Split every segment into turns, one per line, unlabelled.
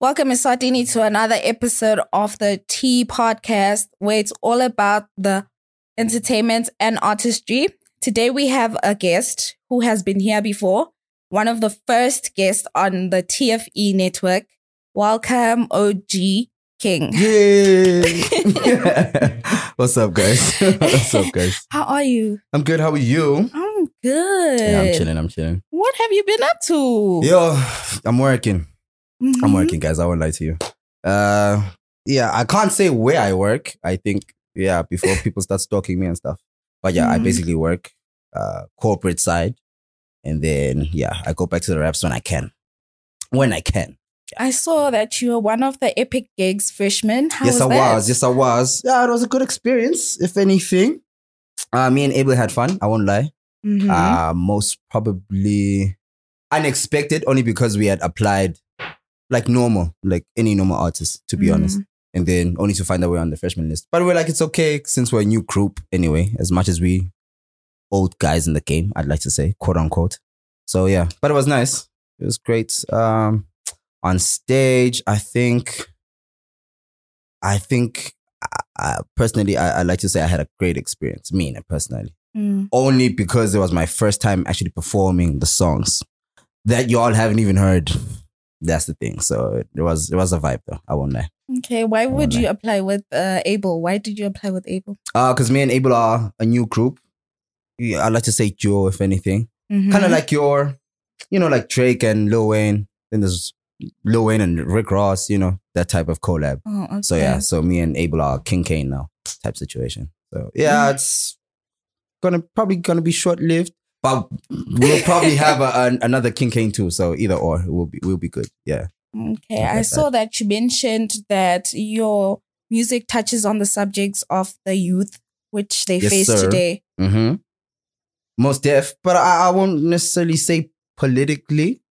Welcome, Miss Sardini, to another episode of the Tea Podcast, where it's all about the entertainment and artistry. Today, we have a guest who has been here before, one of the first guests on the TFE network. Welcome, OG King.
Yay! What's up, guys? What's up, guys?
How are you?
I'm good. How are you?
I'm good.
Yeah, I'm chilling. I'm chilling.
What have you been up to?
Yo, I'm working. I'm
Mhm.
working, guys. I won't lie to you. Uh, yeah, I can't say where I work. I think yeah, before people start stalking me and stuff. But yeah, I
Mhm.
basically work uh corporate side, and then yeah, I go back to the raps when I can. When I can.
I saw that you were one of the Epic Gigs freshmen. How
yes,
was
I
that?
was. Yes, I was. Yeah, it was a good experience, if anything. Uh, me and Abel had fun. I won't lie.
Mhm.
uh, most probably unexpected only because we had applied like normal, like any normal artist, to be
Mhm.
honest. And then only to find that we're on the freshman list. But we're like, it's okay since we're a new group anyway, as much as we old guys in the game, I'd like to say, quote unquote. So yeah, but it was nice. It was great. Um, on stage, I think, I think, I, I, personally, I, I'd like to say I had a great experience, me and I personally
Mm.
only because it was my first time actually performing the songs that y'all haven't even heard. That's the thing. So it was it was a vibe though. I won't lie.
Okay, why would
Alright.
you apply with uh, Able? Why did you apply with Able?
Uh, cause me and Abel are a new group. Yeah, I like to say duo, if anything.
Mm-hmm.
Kind of like your, you know, like Drake and Lil Wayne. Then there's Lil Wayne and Rick Ross. You know that type of collab.
Oh, okay.
So yeah, so me and Abel are King Kane now type situation. So yeah,
Mm.
it's gonna probably gonna be short lived, but we'll probably have a, an another King Kane too. So either or, we'll be we'll be good. Yeah,
Okay,
Something
I
like
saw that you mentioned that your music touches on the subjects of the youth which they
Yes,
face
sir.
today.
mm-hmm. most deaf, but I, I won't necessarily say politically.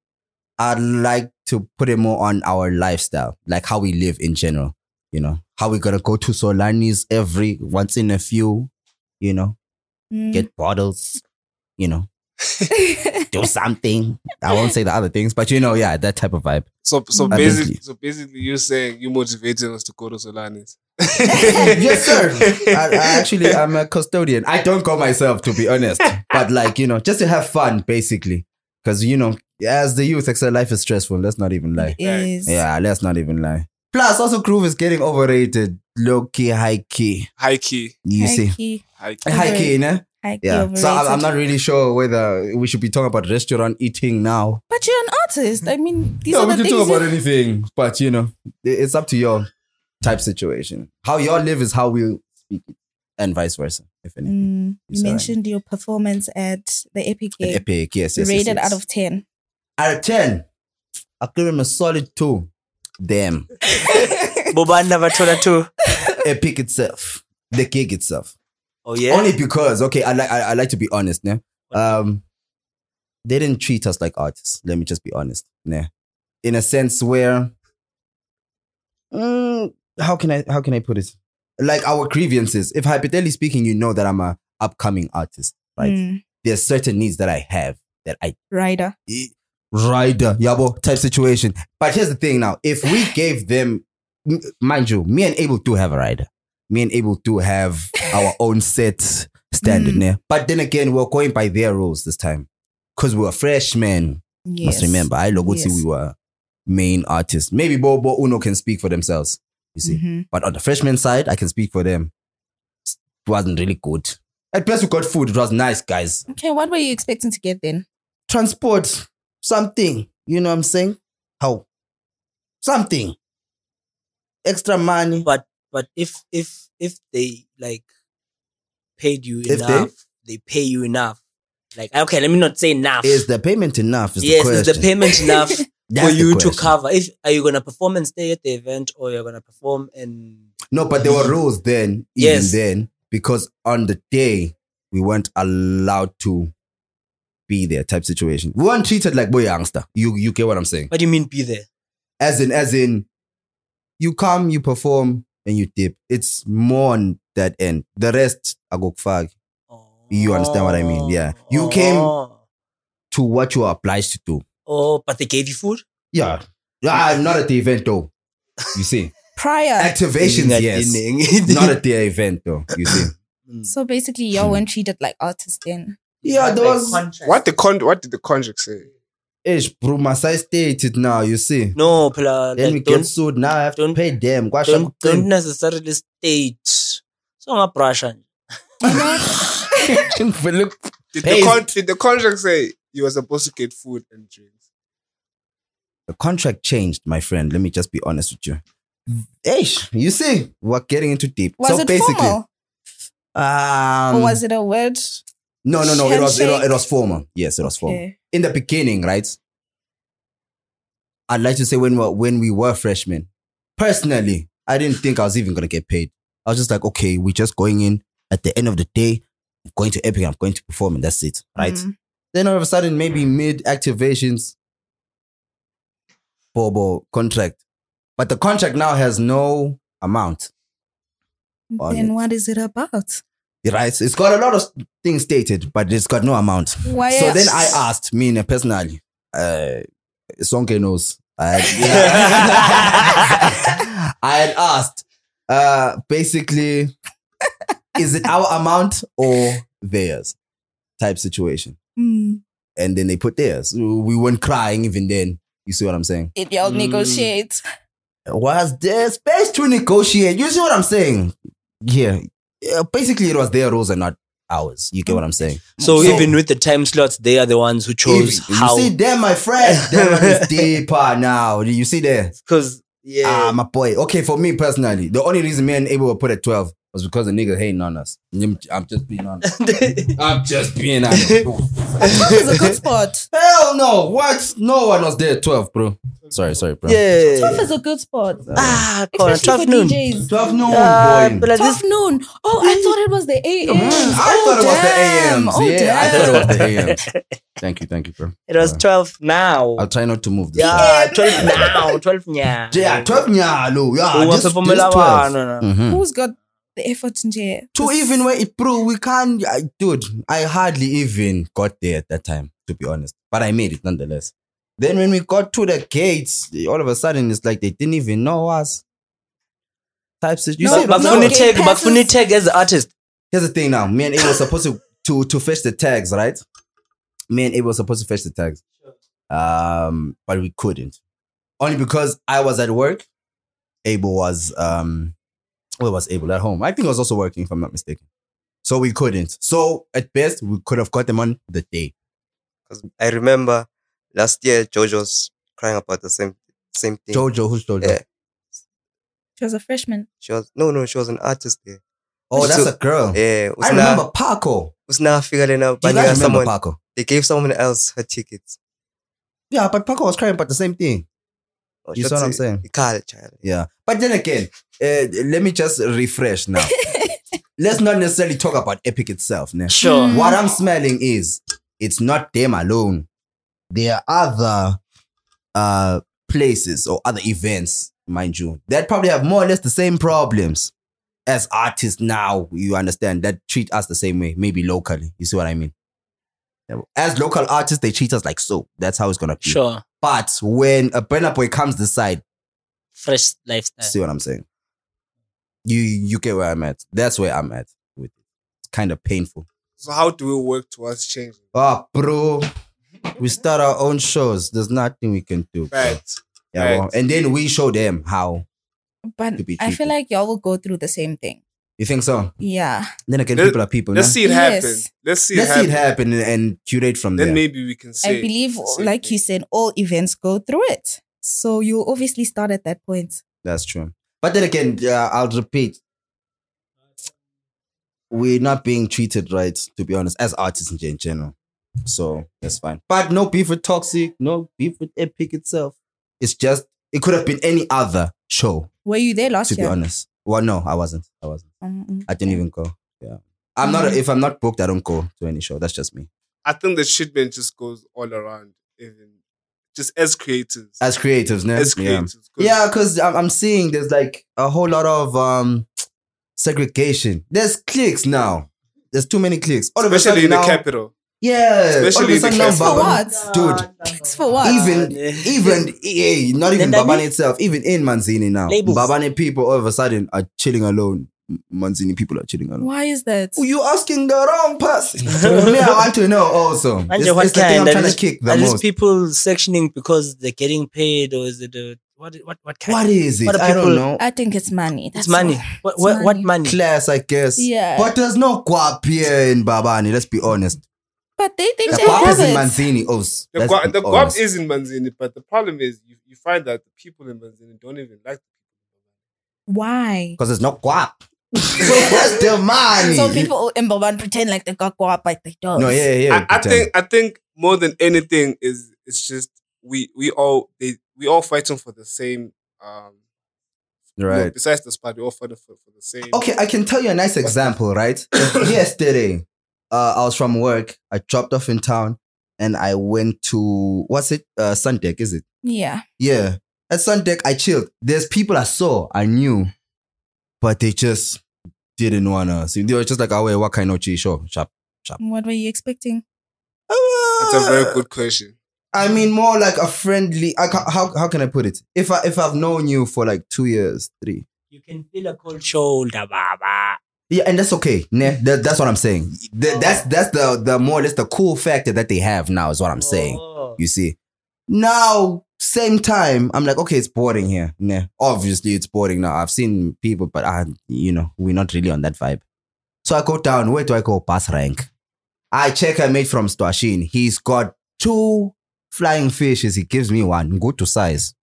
I'd like to put it more on our lifestyle, like how we live in general. You know, how we gonna go to Solani's every once in a few. You know,
Mm.
get bottles. You know, do something. I won't say the other things, but you know, yeah, that type of vibe.
So so
Mm.
basically,
Obviously.
so basically, you're saying you motivating us to go to Solanis.
Yes, sir. I, I actually, I'm a custodian. I don't go myself, to be honest, but like you know, just to have fun, basically, because you know, as the youth, except life is stressful. Let's not even lie.
It is.
Yeah, let's not even lie. Plus, also, groove is getting overrated. Low key, high key.
high key,
You see,
Hikey,
high key.
high key, né?
hikey
Yeah. So I'm, I'm
overrated.
not really sure whether we should be talking about restaurant eating now.
But you're an artist. I mean, these
No,
are the
we
things.
can talk
you-
about anything, but you know, i- it's up to your type situation. How y'all live is how we speak, it, and vice versa. If anything,
Mm, you
It's alright.
mentioned your performance at the Epic
An
Game.
epic, yes, yes, yes,
rated
yes.
out of 10.
out of ten, I give him a solid two. Damn,
Boban never told her to.
epic itself, the gig itself.
Oh yeah.
Only because, okay, I like, I, I like to be honest, yeah. Um, they didn't treat us like artists. Let me just be honest, yeah. In a sense where, Mm, how can I, how can I put it? Like our grievances. If hypothetically speaking, you know that I'm a upcoming artist, right?
Mm,
There's certain needs that I have that I
rider.
rider, yabo type situation. But here's the thing now: if we gave them, m- mind you, me and Abel do have a rider. Me and Abel do have our own set standard
Mm.
there. But then again, we're going by their rules this time because we were freshmen.
Yes.
Must remember, I logo
Yes.
we were main artists. Maybe Bobo Uno can speak for themselves. You see.
Mhm.
But on the freshman side, I can speak for them. It wasn't really good. At best, we got food. It was nice, guys
Okay, what were you expecting to get then?
transport something. You know what I'm saying? How? Something. Extra money.
But- But if if if they like paid you
If they-
enough, they? pay you enough. Like okay, let me not say enough.
is the payment enough? Is
yes,
the
is
question.
the payment enough
That's
for
the
you to
question.
cover? If are you gonna perform and stay at the event, or you're gonna perform and
No, but there were rules then, even
Yes.
then, because on the day we weren't allowed to be there type situation. We weren't treated like boy youngster. You you get what I'm saying?
what do you mean be there?
As in, as in, you come, you perform, and you dip. It's more on that end. The rest, I go fag.
Oh,
You understand what I mean, yeah. You came-
Oh,
to what you are obliged to do.
oh, but they gave you food.
Yeah. Ah, not at the event though. You see,
prior.
activations, yes, not at the event though. You see,
So basically, y'all weren't treated like artists then.
yeah, there was
What the con? What did the contract say?
ish, bro. My side stated now. You see,
No, pla,
then we
like,
get
don't,
sued. Now I have to
don't-
pay them. Kwash, I'm
don't, don't
clean.
necessarily state. So I'm a Prussian.
Did
Hey.
the, con- did the contract say you were supposed to get food and drinks?
the contract changed, my friend. Let me just be honest with you. Ish, you see, we're getting into deep.
Was
so
it
basically,
formal
um,
or was it a word?
no, no, no. It was, it was
handshake?
it was formal. Yes, it was formal.
Okay.
in the beginning, right? I'd like to say when we when we were freshmen, personally, I didn't think I was even gonna get paid. I was just like, okay, we're just going in. At the end of the day, I'm going to Epic. I'm going to perform, and that's it, right?
Mm.
Then all of a sudden, maybe mid activations, Bobo contract, but the contract now has no amount, On
Then
it.
what is it about?
right? It's got a lot of things stated, but it's got no amount.
Why?
So then I asked Mina personally, uh, Sonke knows. I I had asked, uh, basically, is it our amount or theirs type situation?
Mm.
And then they put theirs. We weren't crying even then. You see what I'm saying?
Did y'all
Mm.
negotiate?
Was there space to negotiate? You see what I'm saying? Yeah. Yeah, Basically, it was their rules and not ours. You get what I'm saying?
So,
So-
even with the time slots, they are the ones who chose
If-
how.
You see there, my friend. That one is deeper now. You see there.
Because yeah,
Ah, my boy. Okay, for me personally, the only reason me and Abel were put at 12 was because the niggas hating on us. I'm I'm just being honest. I'm just being honest.
It was a good spot.
Hell no. What? No one was there at 12, bro. Sorry, sorry, bro.
Twelve
yeah.
is a good spot,
Ah, come on,
especially for
twelve noon.
DJs.
12 noon,
Ah,
Oh, boy.
but like this-
Twelve noon. Oh, I thought it was the AM.
Come on. I thought it was the AMs.
Oh,
yeah, I
damn.
thought it was the AMs. Thank you, thank you, bro.
It was twelve now.
I'll try not to move this. far.
Yeah, twelve now. Twelve yeah.
Yeah, 12 nyalo. Yeah,
Who
this,
wants
this
to formula
12.
one? Ah, No, no.
Mhm.
Who's got the effort in there?
To even where it, bro, we can't, I, dude. I hardly even got there at that time, to be honest. But I made it nonetheless. Then when we got to the gates, all of a sudden it's like they didn't even know us. Types of, you
No,
see,
But
what I'm
no,
saying?
Bakfuni
okay,
tag,
passes-
Bakfuni tag as the artist.
here's the thing now. Me and Abel were supposed to to to fetch the tags, right? Me and Abel were supposed to fetch the tags, um, but we couldn't, only because I was at work. Abel was um, where was Abel at home? I think I was also working, if I'm not mistaken. So we couldn't. So at best, we could have caught them on the day.
Because I remember last year Jojo's crying about the same same thing.
Jojo, who's Jojo?
Yeah.
She was a freshman.
She was no no she was an artist there.
Oh, that's
So-
a girl.
Yeah.
I
Usna
remember Paco.
Usna Figalena
Do you guys remember
someone
Paco?
they gave someone else her tickets.
Yeah, but Paco was crying about the same thing.
Oh,
You
shots-
see what I'm saying?
Carl child.
Yeah. But then again, uh, let me just refresh now. Let's not necessarily talk about Epic itself. Ne?
Sure.
Mm.
What I'm smelling is it's not them alone. There are other uh, places or other events, mind you, that probably have more or less the same problems as artists now, you understand, that treat us the same way, maybe locally. You see what I mean? As local artists, they treat us like so. That's how it's going to be.
Sure.
But when a burner boy comes this side,
Fresh lifestyle.
See what I'm saying? You you get where I'm at. That's where I'm at with it. It's kind of painful.
So how do we work towards changing?
Ah, bro. We start our own shows. There's nothing we can do. bro.
Facts.
Yeah, well,
Right.
and then we show them how.
But
To be
I feel
treated.
like y'all will go through the same thing.
You think so?
Yeah.
Then again,
Let-
people are people.
Let's
nah?
see it
Yes.
happen. Let's see
Let's see
it happen.
it happen and, and curate from
Then
there.
maybe we can say.
I believe,
same
like
thing.
you said, all events go through it. So you'll obviously start at that point.
That's true. But then again, yeah, I'll repeat. We're not being treated right, to be honest, as artists in gen- in general. So that's fine. But no beef with Toxic, no beef with Epic itself. It's just, it could have been any other show,
Were you there last
to be
year?
honest. Well, no, I wasn't. I wasn't.
Um,
I didn't even go. Yeah. I'm not,
Mhm.
if I'm not booked, I don't go to any show. That's just me.
I think the shipment just goes all around, even just as creators.
As creatives, no?
as
yeah.
creators. 'cause
Yeah, because I'm, I'm seeing there's like a whole lot of um segregation. There's cliques now. There's too many cliques. All of a
Especially
sudden
in the
now-
capital.
Yeah,
Especially
all of a sudden
the
now
class-
For
Baba-
what?
dude.
It's for what?
Even
man.
even EA, not even
Then that
Babane
means-
itself, even in Manzini now,
Labels.
Babane people all of a sudden are chilling alone. M- Manzini people are chilling alone.
Why is that?
Oh, You asking the wrong person. Me, I want to know also.
Manje,
It's,
what
it's the thing I'm
kind? Are
trying
these-
to kick the
Are these
most.
people sectioning because they're getting paid, or is it a, what? What? What kind?
What is it?
What are
I don't
people-
know.
I think it's money.
It's
That's
money.
all.
What?
It's
What, what
money.
money?
Class, I guess.
Yeah.
But there's no guap here in Babane. Let's be honest.
But they think
The
they
guap
have
is in
it.
Manzini. Oh, s-
The
let's
guap,
be
the guap
honest.
is in Manzini, but the problem is you, you find that the people in Manzini don't even like
Why?
because there's no guap. so where's the money?
So people in Boban pretend like they got guap, but they don't.
No, yeah, yeah.
I, I
pretend.
think I think more than anything is it's just we we all they we all fighting for the same um no,
right.
besides the spot, we all fighting for, for the same
Okay, I can tell you a nice example, right? Yesterday, uh, I was from work. I dropped off in town, and I went to what's it? Uh, Sundeck, is it?
Yeah.
Yeah. At Sundeck, I chilled. There's people I saw, I knew, but they just didn't wanna. See, they were just like, "Oh, wait, what kind of chi show shop?"
What were you expecting?
That's a very good question.
I mean, more like a friendly. I ca- how how can I put it? If I if I've known you for like two years, three,
You can feel a cold shoulder, Baba.
Yeah, and that's okay. Nah, that, that's what I'm saying. Th- That's that's the the more that's the cool factor that they have now is what I'm saying.
Oh.
You see, now same time I'm like, okay, it's boring here. Nah, obviously it's boring now. I've seen people, but I, you know, we're not really on that vibe. So I go down. Where do I go? Pass rank. I check a mate from Stwashin. He's got two flying fishes. He gives me one. Go to size.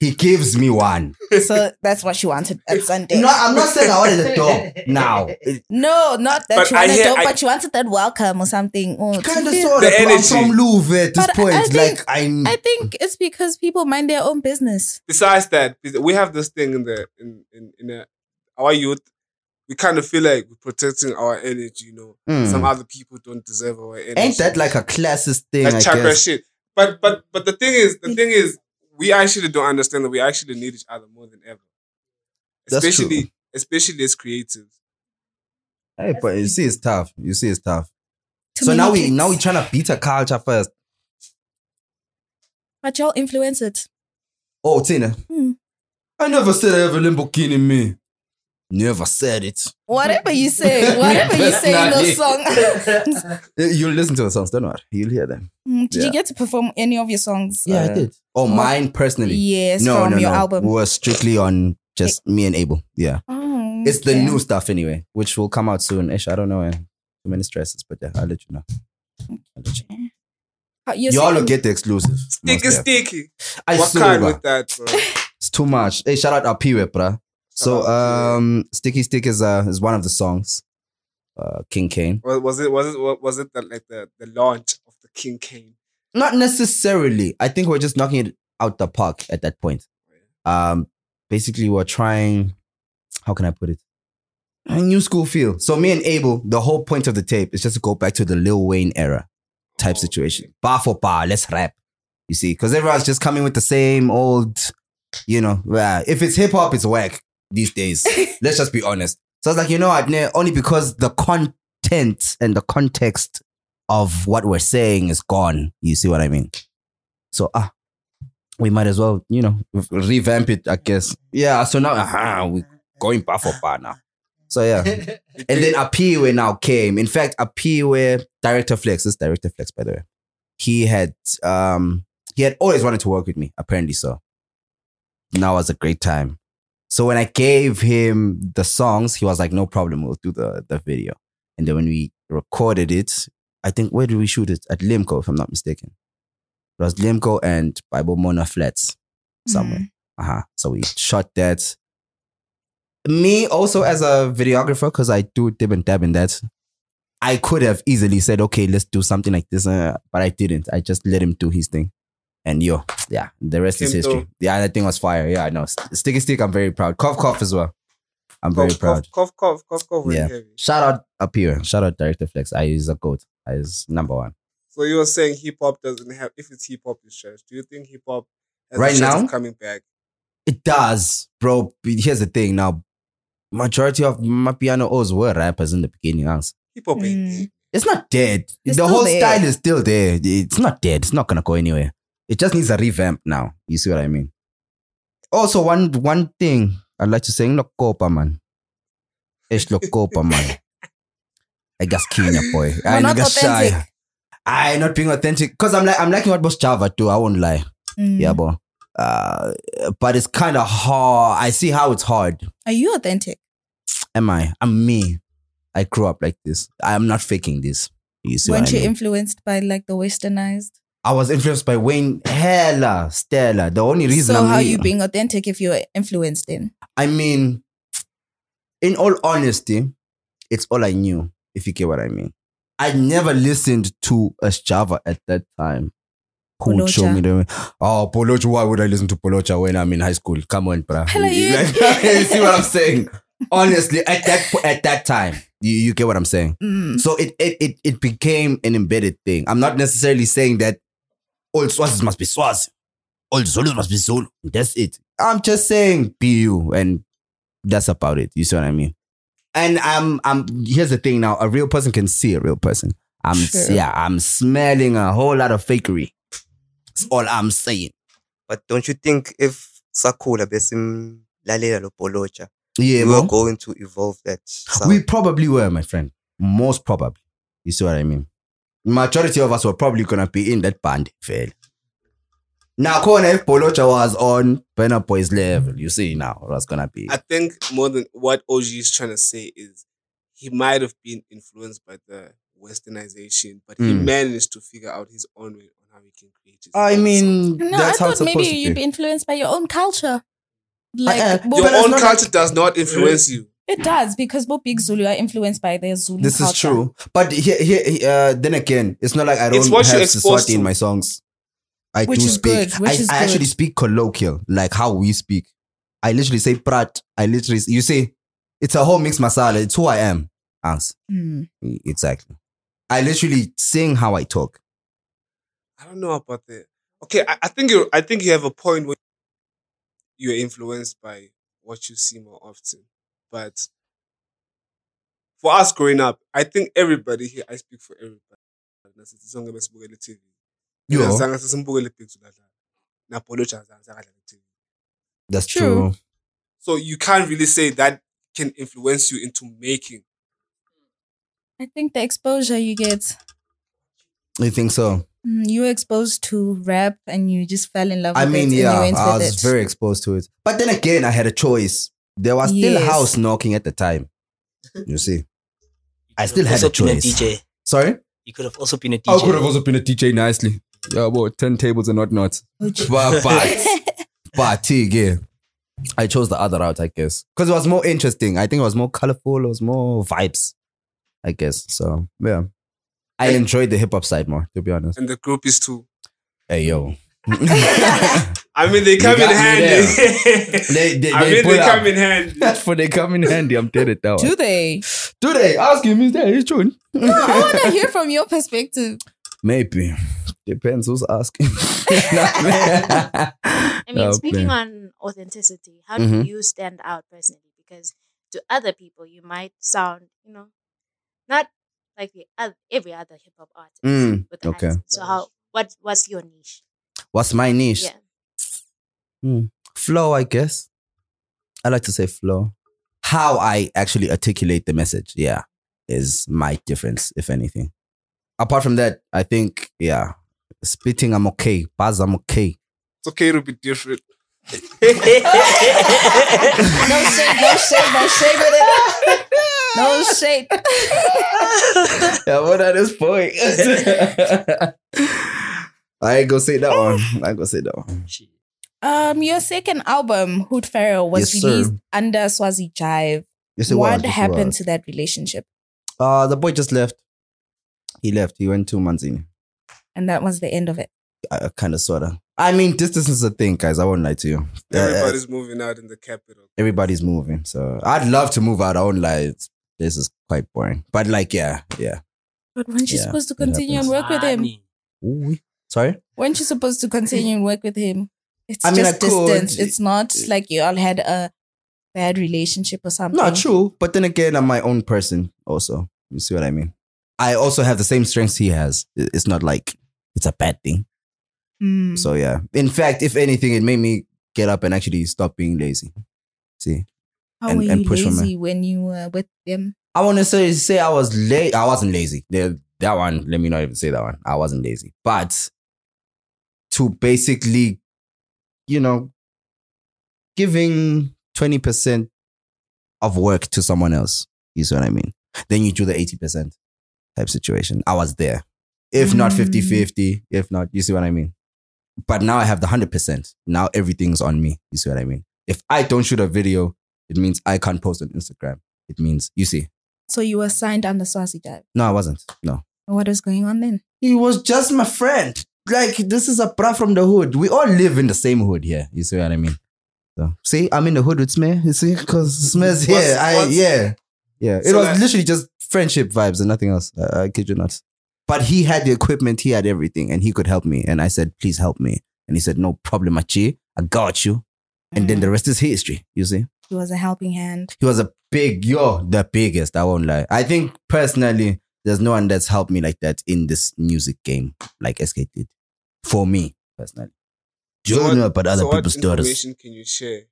He gives me one.
So that's what she wanted at Sunday.
No, I'm not saying I wanted a dog now.
No, not that
But
you
I
wanted
hear-
dope,
I-
but you wanted that welcome or something. Or to
kind of
feel-
sort
The
of. I'm
energy.
from Louvre at this
But I-
point.
I think-
like I,
I think it's because people mind their own business.
Besides that, we have this thing in the in in, in the, our youth. We kind of feel like we're protecting our energy, you know.
Mm.
Some other people don't deserve our energy.
ain't that like a classist thing?
That's
I
chakra
guess.
shit. But but but the thing is, the thing is, we actually don't understand that we actually need each other more than ever.
That's
Especially
true.
especially as creatives.
Hey, but you see, it's tough. You see, it's tough.
Too
so
many
now we
clicks.
now we trying to beat a culture first.
but y'all influence it.
Oh, Tina,
Hmm.
I never said I have a Lamborghini. Me, never said it.
Whatever you say, whatever you say in those songs.
Uh, You'll listen to the songs, don't worry. You'll hear them.
Mm, Did
Yeah.
you get to perform any of your songs? uh,
Oh, mine personally.
Yes,
no,
from
no,
your
no.
album.
We're strictly on just me and Abel. Yeah.
Oh,
It's the
okay.
new stuff anyway, which will come out soon. Ish, I don't know. eh, Too many stresses, but yeah, I'll let you know. I'll let you
How- you're
Y'all will
saying-
get the exclusive.
Sticky sticky.
I
what
swear,
kind
bruh.
with that, bro?
It's too much. Hey, shout out our P Rep, bruh. So,
out our
um, Sticky Stick is uh, is one of the songs. Uh, King Kane.
was, was it was it wa- was it that like the, the launch of the King Kane?
Not necessarily. I think we're just knocking it out the park at that point. Um, basically, we're trying. How can I put it? A new school feel. So me and Abel, the whole point of the tape is just to go back to the Lil Wayne era. type
Oh,
situation. Bar for bar, let's rap. You see, because everyone's just coming with the same old, you know. Rah. If it's hip hop, it's whack these days. let's just be honest. So I was like, you know what? nah, Only because the content and the context of what we're saying is gone. You see what I mean? So ah, we might as well, you know, re- revamp it. I guess. Yeah. So now, aha, we're going bar for bar now. So yeah.
okay.
And then Apiwe now came. In fact, Apiwe, director Flex, this is director Flex, by the way. He had um he had always wanted to work with me, apparently so. Now was a great time. So when I gave him the songs, he was like, No problem, we'll do the, the video. And then when we recorded it, I think where did we shoot it? At Limco, if I'm not mistaken. It was Limco and Bible Mona Flats somewhere.
Mm.
Uh-huh. So we shot that. Me also as a videographer, because I do dib and dab in that, I could have easily said, okay, let's do something like this. Uh, but I didn't. I just let him do his thing. And yo, yeah, the rest is
Came
history.
through.
Yeah, that thing was fire. Yeah, I know. St- Sticky stick, I'm very proud. Cough cough as well. I'm very
cough,
proud.
Cough, cough, cough, cough, cough very
Yeah.
heavy.
Shout out up here. Shout out Director Flex. I is a goat. I is number one.
So you were saying hip hop doesn't have if it's hip hop it's trash. Do you think hip hop has
Right
a chance
now?
of coming back?
It does, bro. Here's the thing now. Majority of my piano O's were rappers in the beginning, honestly.
Hip hop ain't
Mm.
dead.
It's not dead.
It's
the
still
whole
there.
style is still there. It's not dead. It's not gonna go anywhere. It just needs a revamp now. You see what I mean? Also, one one thing I'd like to say, Lokopa man. It's Lokopa man. I guess Kenya boy. I
not authentic.
I not being authentic. Cause I'm like I'm liking what Boss Java too. I won't lie.
Mm.
Yeah, but uh, but it's kind of hard. I see how it's hard.
Are you authentic?
Am I? I'm me. I grew up like this. I'm not faking this. You see
Weren't
what I
you
mean?
influenced by like the westernized?
I was influenced by Wayne Hella Stella. The only reason
so
I'm
how
here-
you being authentic if you're influenced in?
I mean, in all honesty, it's all I knew, if you get what I mean. I never listened to a Java at that time. Who would show
Polocha.
me the oh Polocha? Why would I listen to Polocha when I'm in high school? Come on, bruh.
Hello, you-
Like, you see what I'm saying? Honestly, at that po- at that time, you, you get what I'm saying.
Mm.
So it it it, it became an embedded thing. I'm not necessarily saying that all Swazis must be Swazi, all Zulus must be Zulu. That's it. I'm just saying be you, and that's about it. You see what I mean? And I'm I'm here's the thing now. A real person can see a real person. I'm
True.
yeah. I'm smelling a whole lot of fakery. That's all I'm saying.
But don't you think if sakhula besimlalela lo Bolocha,
Yeah,
we
bro.
were going to evolve that sound?
We probably were, my friend. Most probably. You see what I mean? Majority of us were probably gonna be in that band, fail. Now, Kona, if Polocha was on Burner Boys level, you see now it was gonna be.
I think more than what OG is trying to say is he might have been influenced by the westernization, but he
Mm.
managed to figure out his own way on how he can create his
I
own sound.
mean,
No,
that's
I
how it's
thought
supposed
maybe
to be.
you'd be influenced by your own culture. Like
uh,
Bo-
but
your
it's
own
not
culture does not influence you.
it does because both big Zulu are influenced by their Zulu
this
culture.
is true, but here, here, uh, then again, it's not like I
It's
don't have
what you're
Siswati
exposed
in
to.
my songs. I
Which
do
is
speak.
good, which
I,
is
I
good.
actually speak colloquial, like how we speak. I literally say prat. I literally you say it's a whole mix masala. It's who I am. Ans.
Mm.
E, Exactly. I literally sing how I talk.
I don't know about that. Okay, I, I think you I think you have a point where you're influenced by what you see more often. But for us growing up, I think everybody here, I speak for everybody. Nasithi sonke besibukela i-TV.
Yo,
Azange sesimbukele iBig Zulu adlala. Napolocha azange- azange adlale i-TV.
that's
True.
true.
So you can't really say that can influence you into making.
I think the exposure you get,
You think so?
mm, you were exposed to rap and you just fell in love.
I
with
mean,
it
yeah,
and you went
I
with
was
it.
very exposed to it. But then again, I had a choice. There was still
Yes.
house knocking at the time. You see, I still had
also
a
been a
choice.
DJ.
Sorry.
You could have also been a
I could have
DJ.
also been a DJ nicely. Yeah, well, ten tables and whatnot.
Which-
But but but yeah. I chose the other route, I guess, because it was more interesting. I think it was more colorful. It was more vibes, I guess. So yeah, I enjoyed the hip hop side more, to be honest.
And the group is too.
Hey yo, Mm.
I mean they come
got
in
me
handy.
they they,
I mean
pull
they
up.
come in handy.
That's for they come in handy. I'm dead at that one.
do they?
Do they ask him? Is that his tune?
No, I want to hear from your perspective.
Maybe depends who's asking.
I mean, speaking on authenticity, how
Mhm.
do you stand out personally? Because to other people, you might sound, you know, not like the other, every other hip hop artist.
Mm,
with the
okay.
accent. So how what what's your niche?
What's my niche?
Yeah.
flow, I guess. I like to say flow. How I actually articulate the message, yeah, is my difference, if anything. Apart from that, I think, yeah, spitting, I'm okay. Buzz, I'm okay.
It's okay to be different.
No shade, no shade, no shade with it. No shade.
yeah, what at this point? I ain't gonna say that one. I ain't gonna say that one.
Um, your second album, Hood Pharaoh, was
Yes, sir.
released under Swazi Jive.
You say
what
what?
happened to that relationship?
Uh, the boy just left. He left. He went two months in.
And that was the end of it.
I kind of sorta. I mean, distance is a thing, guys. I won't lie to you. Uh,
Everybody's moving out in the capital.
everybody's moving. So I'd love to move out. I won't lie. It's, this is quite boring. But like, yeah, yeah.
But weren't you
Yeah,
supposed to
it
continue and work with him?
Ooh-wee. Sorry?
Weren't you supposed to continue and work with him? It's
I mean,
just
I could.
distance. It's not like you all had a bad relationship or something.
Not true. But then again, I'm my own person also. You see what I mean? I also have the same strengths he has. I- It's not like it's a bad thing.
Mm.
So yeah. In fact, if anything, it made me get up and actually stop being lazy. See,
How
and-
were
and
you
push from
lazy when you were with them?
I won't necessarily say I was late. I wasn't lazy. The- That one, let me not even say that one. I wasn't lazy, but to basically, you know, giving twenty percent of work to someone else is what I mean. Then you do the eighty percent type situation. I was there, if not
Mm.
50-50, if not, you see what I mean. But now I have the hundred percent. Now everything's on me. You see what I mean. If I don't shoot a video, it means I can't post on Instagram. It means you see.
So you were signed under Swazi Dive.
No, I wasn't. No.
What is going on then?
He was just my friend. Like, this is a bra from the hood. We all live in the same hood here. You see what I mean? So, see, I'm in the hood with Smear. You see? Because Smear's here.
What's-
I,
what's-
yeah. Yeah. It
So
was
like-
literally just friendship vibes and nothing else. I, I kid you not. But he had the equipment, he had everything, and he could help me. And I said, please help me. And he said, no problem, Machi. I got you. And
Mm.
then the rest is history, you see?
He was a helping hand.
he was a big yo the biggest i won't lie i think personally there's no one that's helped me like that in this music game like sk did for me personally you
So
don't
what-
know about other
so
people's
what
daughters
information can you share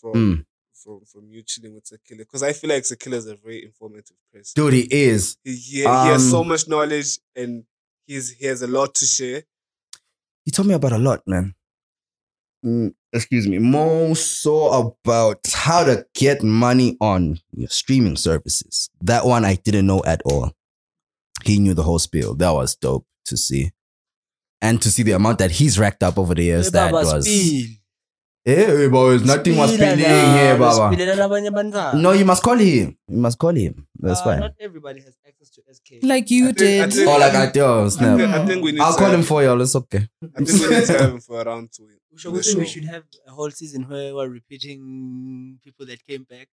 from
Mm.
from from you chilling with Sakila? Because I feel like Sakila is a very informative person.
dude he is
He, he, he has so
Um,
much knowledge and he's he has a lot to share.
he told me about a lot man Mm, excuse me more so about how to get money on your streaming services that one i didn't know at all he knew the whole spiel that was dope to see and to see the amount that he's racked up over the years that was Hey, boys, nothing was peeling here, Baba. No, you must call him. You must call him.
Ah,
That's fine.
Uh, Not everybody has access to SK.
Like you
I think- I
did.
think-
All I got there, oh,
I,
snap.
think, I think we need
I'll
to
call
have,
him for y'all. It's okay.
I think we need to have him for around two.
we should,
the
we should- we
show.
should have a whole season where we're repeating people that came back.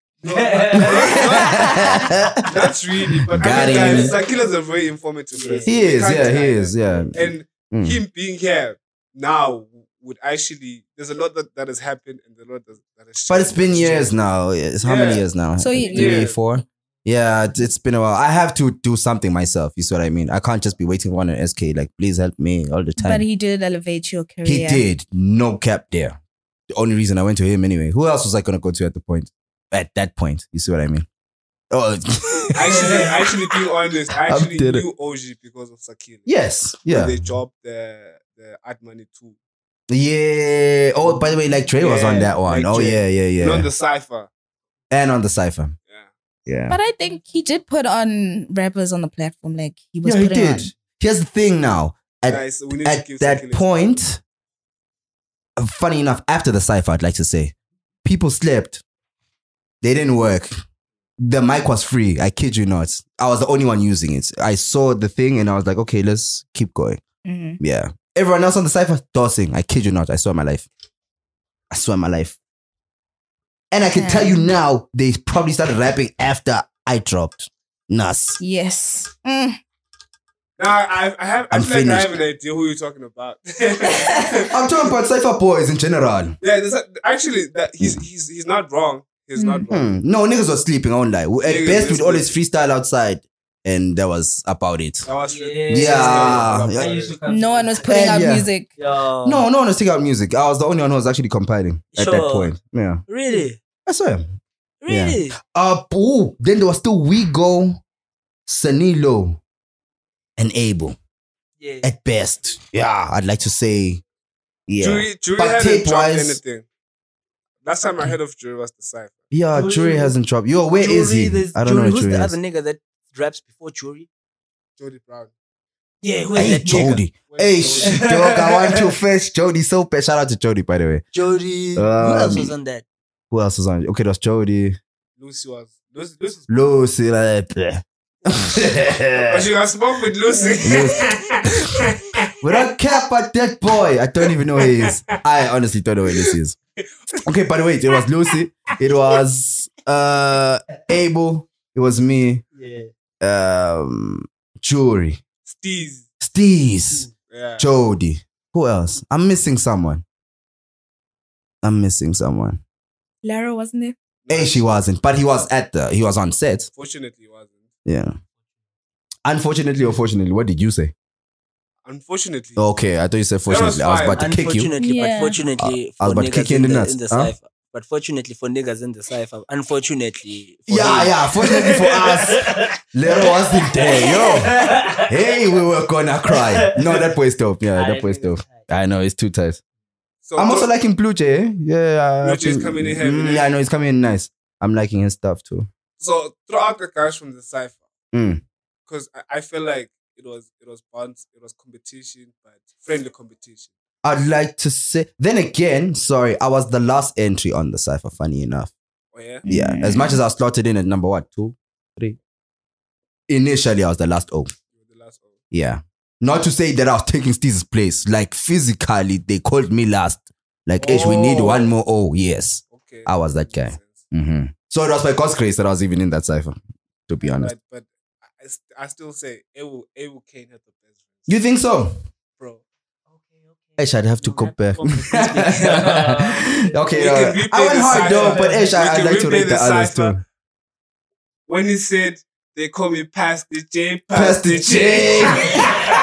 That's really but
Got
I mean,
him.
guys, Sakila is a very informative
Yeah.
person.
he
You
is,
can't
yeah, he
deny
is,
that.
yeah.
And
Mm.
him being here now would actually there's a lot that, that has happened and a lot that, that has
But it's
changed.
been years now. It's how many
Yeah.
years now?
So you-
three,
Yeah.
four. Yeah, it- it's been a while. I have to do something myself. You see what I mean? I can't just be waiting on an SK. Like, please help me all the
But
time.
he did elevate your career.
He did. No cap there. The only reason I went to him anyway. Who else was I gonna go to at the point? At that point, you see what I mean? Oh,
Actually, actually, being honest, I
I'm
actually
dead.
knew OG because of Sakila.
yes, yeah,
They dropped the the ad money too.
yeah. Oh, by the way, like Trey was
Yeah,
on that one.
like
oh
Trey.
yeah, yeah, yeah.
And on the cipher.
and on the cipher.
Yeah.
Yeah,
But I think he did put on rappers on the platform. Like he was
yeah, he
putting
did.
on.
Here's the thing now. At
Guys, we need
at
to give
that
Sakila-
point, uh, funny enough, after the cipher, I'd like to say, people slept. They didn't work. The mic was free. I kid you not. I was the only one using it. I saw the thing and I was like, okay, let's keep going.
Mhm.
Yeah. Everyone else on the cipher, dosing. I kid you not. I swear my life. I swear my life. And I can
Yeah.
tell you now, they probably started rapping after I dropped. Nas.
Yes. Mm.
Now I, I have I
I'm
feel like I
finished.
have an idea who you're talking about. yeah,
I'm talking about cipher boys in general.
there's a, actually that he's he's he's not wrong. He's not wrong.
Hmm. No, niggas were sleeping. I won't lie. We- At
Niggas
best,
were
we'd always freestyle outside, and that was about it.
That was
Yeah.
I used to come
No
to-
one was putting
And
out
yeah.
music.
Yeah.
No, no one was taking out music. I was the only one who was actually compiling at that
Sure.
point. Yeah,
Really?
I swear. Yeah.
Really?
Uh, ooh, then there was still We Go, Sanilo, and Abel
Yeah.
at best. Yeah, I'd like to say, yeah,
Jury, jury
But
hasn't dropped
tape-wise-
anything. Last time I heard of Jury was the cipher.
yeah. Jury,
Jury-
hasn't dropped. Yo, where is
there's
he? I don't
Jury.
know.
Who's
Where Jury
the
is.
other nigga that raps before Jury?
Jody Brown.
Yeah, who is
Hey,
that nigga?
Jody.
Where's
Hey,
Jody?
sh- dog, I want to fetch Jody so bad. Shout out to Jody, by the way.
Jody.
Um,
who else was on that?
Who else was on? Okay, that's Jody.
Lucy was. Lucy, Lucy.
Lucy, like, bleh.
But you can smoke with Lucy.
Without cap at that boy, I don't even know who he is. I honestly don't know who this is. Okay, by the way, it was Lucy. It was uh Abel. It was me.
Yeah.
Um Jury.
Steez.
Steez.
Yeah.
Jody. Who else? I'm missing someone. I'm missing someone.
Lara wasn't it?
Hey, she wasn't, but he was at the he was on set.
Fortunately, it wasn't.
Yeah. Unfortunately or fortunately, what did you say?
Unfortunately.
Okay, I thought you said fortunately. I was
fine.
about to kick you.
Unfortunately,
Yeah.
but fortunately
I- I was
for
about to kick
niggas
you in
in
the
the,
nuts,
in the
huh?
cipher. But fortunately for niggas in the cipher, unfortunately. For
Yeah,
me,
yeah. Fortunately for us, Lero wasn't there. Yo, hey, we were gonna cry. No, that boy's dope. Yeah, that boy's dope. I know it's too tight.
So
I'm
don't-
also liking Blue Jay. eh? Yeah, I
Blue Jay's
think-
coming in heavy,
Mm,
eh?
yeah, I know he's coming in nice. I'm liking his stuff too.
so throughout the guys from the cipher,
Mm.
because I, I feel like it was it was bonds, it was competition, but friendly competition.
I'd like to say. Then again, sorry, I was the last entry on the cipher. Funny enough,
Oh yeah,
yeah.
Mm.
As much as I was slotted in at number what, two, three. Initially, I was the last O.
you were the last one.
Yeah. Not to say that I was taking Steve's place. Like physically, they called me last. Like, Ash, we need
Oh.
one more. Oh, yes.
Okay,
I was that
makes
guy.
sense.
Mm-hmm. So it was by God's grace that I was even in that cipher, to be honest.
But, but I- I, st- I still say Ewu Ewu Kane had the best. verse.
You think so?
bro?
Ash, I'd have to go back. okay,
We
uh,
can replay
I went
the
hard though,
cipher.
but Ash,
We
I, I'd
can
like to
replay
rate the,
the
others
cipher.
too.
When he said they call me Pastor J,
Pastor J.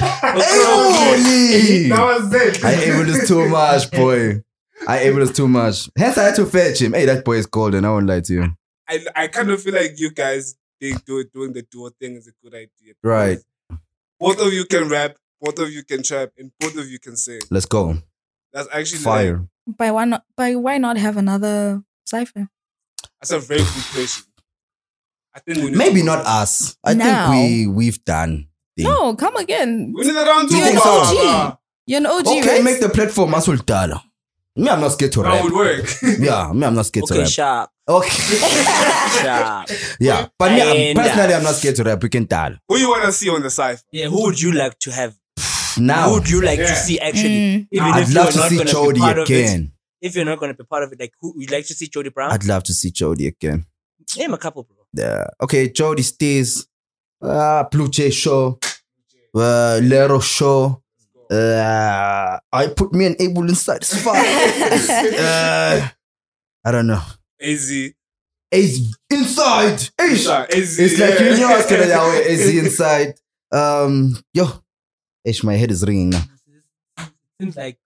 That
Hey, Oli!
was it.
I able is too much, boy. I able is too much. Hence, I had to fetch him. Hey, that boy is cold, and I won't lie to you.
I, I kind of feel like you guys being do, doing the duo thing is a good idea.
Right.
Both of you can rap, both of you can trap, and both of you can sing.
Let's go.
That's actually Like,
Fire.
By why not? By why not have another cipher?
that's a very good question. I think we need
Maybe
to-
not us. I
Now.
think we we've done. thing.
No, come again.
We need a round two.
You think
blah,
so?
blah.
You're an OG,
okay,
right?
make the platform Masul Dala. Me, I'm not scared to
That
rap.
would work.
Yeah, me, I'm not scared to
Okay,
rap.
sharp,
okay.
sharp.
yeah, but me, I'm,
And-
personally, I'm not scared to rap. We can tell
Who you wanna see on the side?
Yeah, who would you like to have? Who
now.
would you like to
Yeah.
see actually?
Mm.
Even
I'd
if
love
you're
to
not
see
gonna be
Jody
part of it.
again.
If you're not gonna be part of it, like who would you like to see Jody Brown?
I'd love to see Jody again.
Name a couple, bro.
Yeah. Okay, Jody stays. Uh, Blue Jay Show. Uh, Lero Show. Uh, I put me and Abel inside as fuck. uh, I don't know.
Easy.
Is inside. Is-
Easy.
It's like
yeah.
you know what's gonna that way. Is he inside? Um, yo, ish, my head is ringing now.
Seems like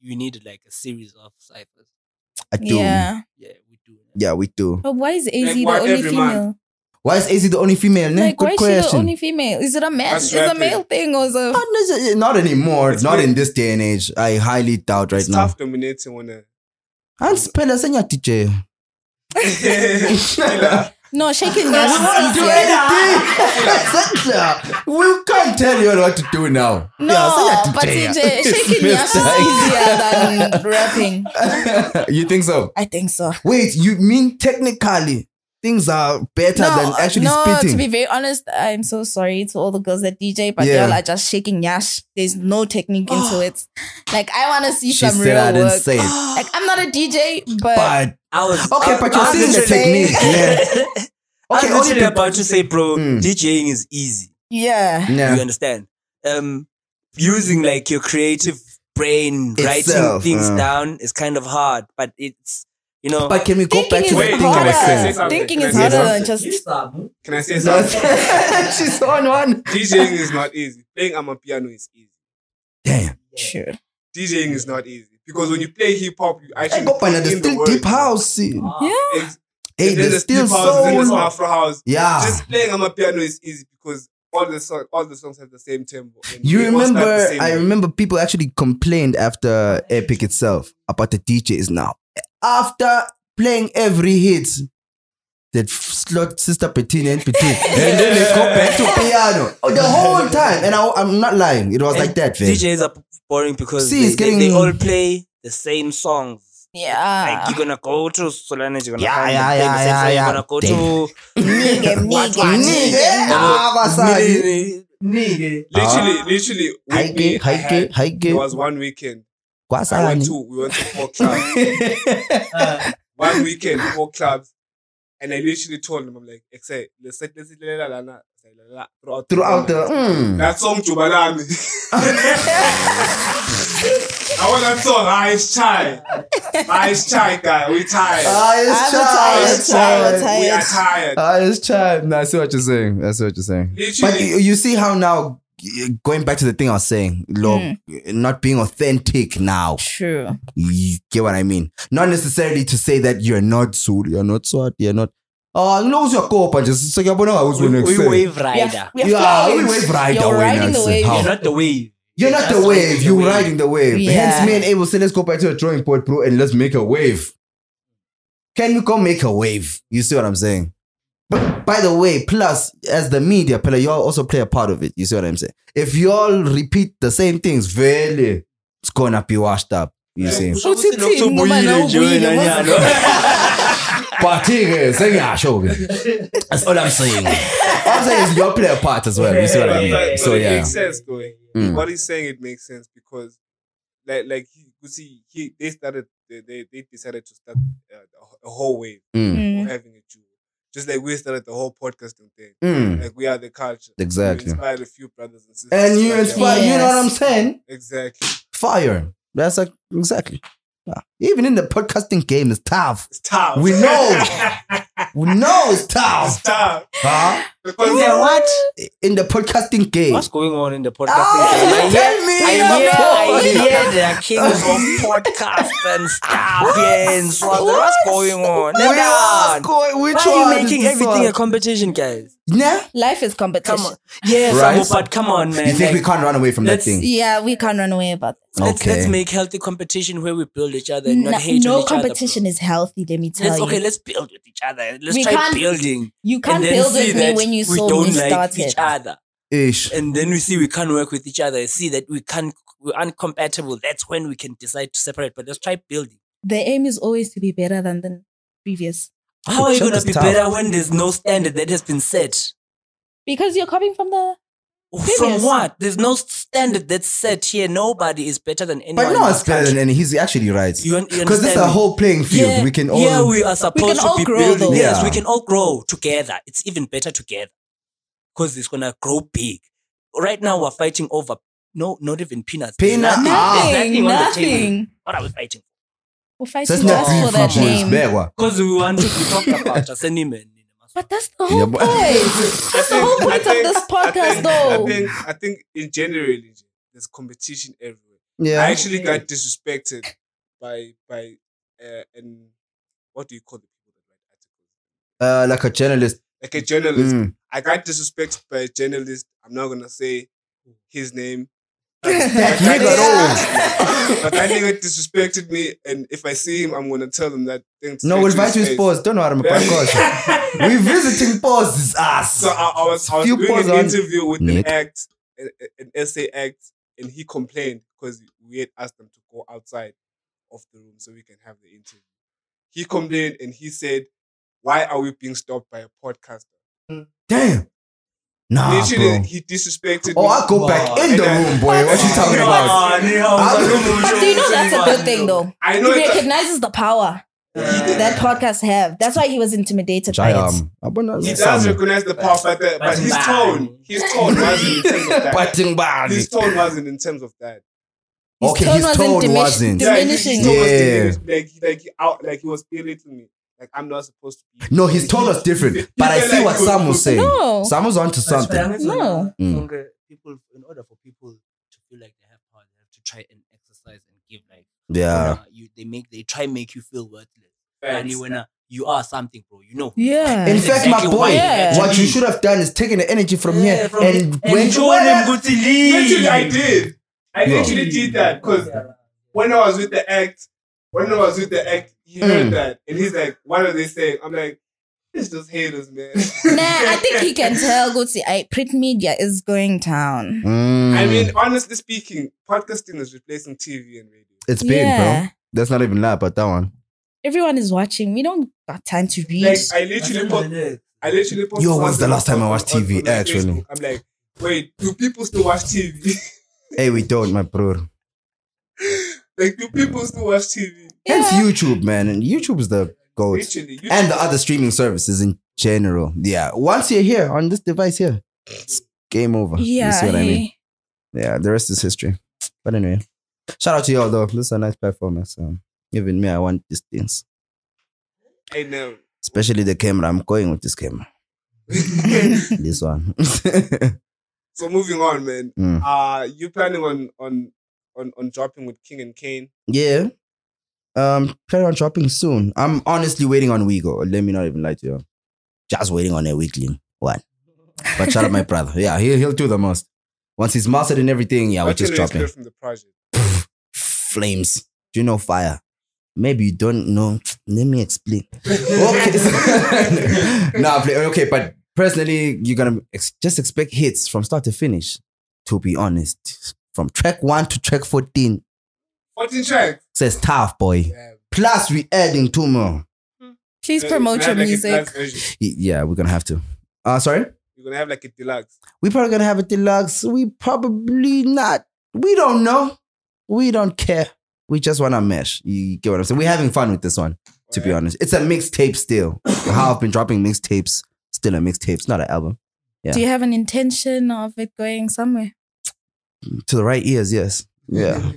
you need like a series of ciphers.
I do. Yeah,
Yeah,
Yeah, we do.
we do.
but why is AZ the
why
only
every
female?
man?
Why is AZ the only female? Nah,
Like, why
Good
is she the
question.
only female? Is it a man?
That's
Is it a
rapping.
male thing or is it?
Not necess- Not anymore.
It's
Not
been-
in this day and age. I highly doubt right
it's
now.
tough dominating when uh, a
And spell as any teacher.
Killer.
No, shaking ass is
do
easier.
anything. we can't tell you what to do now.
No, but TJ, shaking
It's
ass is easier than rapping.
you think so?
I think so.
Wait, you mean technically things are better than actually
no, to
spitting?
be very honest, I'm so sorry to all the girls that DJ, but
Yeah.
y'all are just shaking yash. There's no technique into it. Like I want to see
she
some
said
real
I didn't
work.
say it.
Like I'm not a DJ, but,
But
I was
okay,
I-
but you're
I'm
seeing the
literally-
technique. Yeah. Okay,
I'm
only
literally
people-
about to say, bro,
Mm.
DJing is easy.
yeah,
You
Yeah.
understand? Um, using like your creative brain,
Itself,
writing things
uh.
down is kind of hard, but it's you know.
But can we go back
thinking
to
is
the
Wait,
thing I was
say
harder.
saying?
something?
Thinking is
Can I
harder
say
than
something?
just
Can I say
No,
something?
She's on one.
DJing is not easy. Playing on a piano is easy.
Damn.
sure.
DJing is not easy because when you play hip hop, you actually
Hey, go find
put
the
in the
still
words.
deep house. Hey,
Ah.
Yeah,
It's- then
there's still
deep house, then there's
soul.
afro house.
Yeah.
Just playing on a piano is easy because all the song, all the songs have the same tempo. and
You
they all start
remember?
the same
I
way.
remember people actually complained after Epic itself about the DJs now. After playing every hit, that slot Sister Bettina and Petit, and then they go back to piano Oh, the whole time. And I, I'm not lying; it was
And
like that. Vin.
DJs are p- boring because
See,
they,
it's
they-
getting- Ah.
they all play the same songs.
yeah.
Like you're gonna go to Solange, you're gonna
Yeah,
find
yeah,
them playing the
yeah,
same
yeah,
song.
yeah.
You're gonna go
Damn.
Nigga,
What-
nigga, nigga.
Nigga,
to nigga.
literally, literally, with me,
Haike,
I had-
haike, haike.
There was one weekend. I went
Kwasani.
to we went to four clubs. one weekend, four clubs, and I literally told him, I'm like, "Except let's let let's la la la la la la throughout
mm. Throughout the.
night."
Mm.
that song Jubalami. I want that song. Ice chai. Ice chai, guy. We tired.
Ah,
I'm
Highest
tired,
child.
tired.
We are tired.
Highest child. No, I see what you're saying. I see what you're saying. But
Literally.
you, you see how now, g- going back to the thing I was saying, look, not being authentic now.
True.
You get what I mean? Not necessarily to say that you're not Zulu, you're not Swat, you're not. Oh, uh, no, your co-op and just so you know, I was
We,
winning.
we wave
We have,
rider.
we have
Yeah,
flags.
we wave rider
You're
when
riding the
it's-
wave.
how?
You're not the wave.
You're not the
Just
wave.
the
You're
wave.
riding the wave.
Yeah.
Hence, me and Abel said, let's go back to the drawing board, bro, and let's make a wave. Can we go make a wave? You see what I'm saying? But by the way, plus as the media player, y'all also play a part of it. You see what I'm saying? If y'all repeat the same things, really, it's gonna be washed up. You see?
Uthithini noma nawubuyile, what's-
But hey, sengisho ke. That's all I'm saying. I'm saying is y'all play a part as well. You see what I mean?
But-
So
but It
yeah.
makes sense, though.
Mm.
What he's saying, it makes sense because, like, like he, you see, he they started, they they, they decided to start uh, a whole wave
Mm.
Mm.
of having a Jew, just like we started the whole podcasting thing.
Mm.
Like we are the culture.
Exactly.
You inspired a few brothers and sisters.
And you
like that.
inspire. You know what I'm
Yes.
saying?
Exactly.
fire. That's like, exactly. Yeah. Even in the podcasting game, it's tough.
It's tough.
We know. We know it's
it's
tough.
tough.
Huh?
Because
Yeah, what?
In the podcasting game.
What's going on in the podcast?
Oh,
I hear,
tell me.
I
you're
hear, I
bored.
hear the kings of podcast and stuff. Yeah, and so on. what's going on?
Wait,
Nah,
what's going- Which
Why
one
are you
is
making
this
everything
one?
a competition, guys?
Nah?
Life is competition.
Come on. Yes,
Right?
Amu, but come on, man.
You think we
Like,
can't run away from that
let's-
thing?
Yeah, we can't run away about that.
let's, let's
Okay.
make healthy competition where we build each other and
No,
not hate
no
on each
competition
other.
is healthy, let me
bro.
tell
Let's,
you.
okay, let's build with each other. Let's
We
try
can't-
building.
you
And
can't
then
build
see
with me
that
when you
we
saw me
don't like
started.
each other.
Ish.
and then we see we can't work with each other. See that we can't we're uncompatible. That's when we can decide to separate. But let's try building.
The aim is always to be better than the previous.
How are you
Shut
gonna
us
be
down.
better when there's no standard that has been set?
Because you're coming from the
From
Previous.
what? There's no standard that's set here. Nobody is better than anyone.
But
in
no,
this
it's better
country.
than any. He's actually right.
You un- you
Because this is a
understand me?
whole playing field.
Yeah,
We can all.
yeah, we are supposed
all
to be
grow,
building.
though.
Yes,
Yeah.
we can all grow together. It's even better together because it's gonna grow big. Right now, we're fighting over no, not even peanuts. There's
Peanut-
nothing-
Ah.
there's
nothing,
nothing on the table.
nothing.
What are we fighting?
We're
So
fighting
it's
just
not
for
beef,
that
it's
name.
bewa.
Because we want to be talked about as any man.
But that's the
Yeah,
whole
but-
point. That's the whole point of this podcast,
I
though.
think, I think in general, there's competition everywhere. I
Yeah.
actually got disrespected by by uh, an what do you call the people that write articles?
Uh, like a journalist.
Like a journalist.
Mm.
I got disrespected by a journalist. I'm not gonna say his name.
That nigga, though.
But that nigga disrespected me, and if I see him, I'm gonna tell him that. thing
No,
straight
we'll
to his
invite you
face.
sports. Don't know how to make a We're visiting Paul's is us.
So uh, I, I was, I was
Few
doing
pause
an
on-
interview with
Nick.
an act, an, an essay act, and he complained because we had asked them to go outside of the room so we can have the interview. He complained and he said, "Why are we being stopped by a podcaster?"
Damn. Nah,
Literally,
Ah, bro.
he disrespected
Oh,
me.
I go back in the
And I-
room, boy. What you talking about? Ah.
But do you know that's a good thing, though?
I know.
He
It's a,
recognizes the power that podcasts have. That's why he was intimidated by it.
Jayam. Abona
he does
Sam.
recognize the power, but, the, but his
But-
tone, his tone wasn't in terms of that.
Batting bag.
His tone wasn't in terms of that.
His
Okay,
tone
his
wasn't
tone
dimish-
wasn't.
Yeah.
he-
Diminishing.
He, was
Yeah.
diminished. Like, he- like, he out, like he was irritating me. Like I'm not supposed to be.
No, his tone was different. But I see what Sam was saying.
No.
Sam was onto something.
No.
Mm.
People, in order for people to feel like they have power, they have to try and exercise and give like.
Yeah.
Nah, you, they make, they try make you feel worthless. And
Facts.
you wanna, you are something, bro. You know.
Yeah.
In fact, my
Exactly
boy,
why
you had
to
what you
leave.
should have done is taken the energy from
Yeah,
here
from-
and
and
went
show them good to
Literally, I
leave.
did. I
Yeah.
literally did that because when I was with the act, when I was with the act, he heard
Mm.
that and he's like, "What are they saying?" I'm like, "It's just haters, man."
Nah, I think he can tell. Gutsi, I print media is going down.
Mm.
I mean, honestly speaking, podcasting is replacing TV and radio.
it's big, bro. That's not even lie about that one.
Everyone is watching. We don't got time to read.
Like I literally, put, I literally. put
Yo, when was
something
the last time I
on-
watched
on-
TV,
on my
actually?
Facebook. I'm like, wait, do people still watch TV?
Hey, we don't, my bro.
like, do
Mm.
people still watch TV?
Hence
Yeah.
YouTube, man. And YouTube is the gold.
Literally, you
and the other streaming services in general. Yeah. Once you're here on this device here, it's game over.
yeah.
You see what I mean?
hey.
Yeah. The rest is history. But anyway, Shout out to y'all though. This is a nice performance. So even me, I want these things.
I know.
Especially the camera. I'm going with this camera. this one.
so moving on, man.
Mm.
Uh you planning on on on on dropping with King and Kane?
Yeah. Um, plan on dropping soon. I'm honestly waiting on Wego. Let me not even lie to you. Just waiting on a weekling one. But shout out my brother. Yeah, he, he'll do the most. Once he's mastered and everything, yeah, we're
What can
just
we
dropping.
expect from the project?
Flames. Do you know fire? Maybe you don't know. Let me explain. okay. nah, play, okay, but personally, you're gonna ex- just expect hits from start to finish. To be honest, from track one to track fourteen,
14 tracks.
says tough boy.
Yeah.
Plus, we adding two more.
Please
Uh,
promote
you
your
have, like, a
music.
deluxe version.
Y- Yeah, we're gonna have to. Uh sorry.
You're gonna have like a deluxe.
We probably gonna have a deluxe. We probably not. We don't know. We don't care. We just wanna mesh. You get what I'm saying? We're having fun with this one. To be
Alright.
honest, it's a mixtape still. How I've been dropping mixtapes, still a mixtape. It's not an album. Yeah.
Do you have an intention of it going somewhere?
To the right ears, yes. Yeah.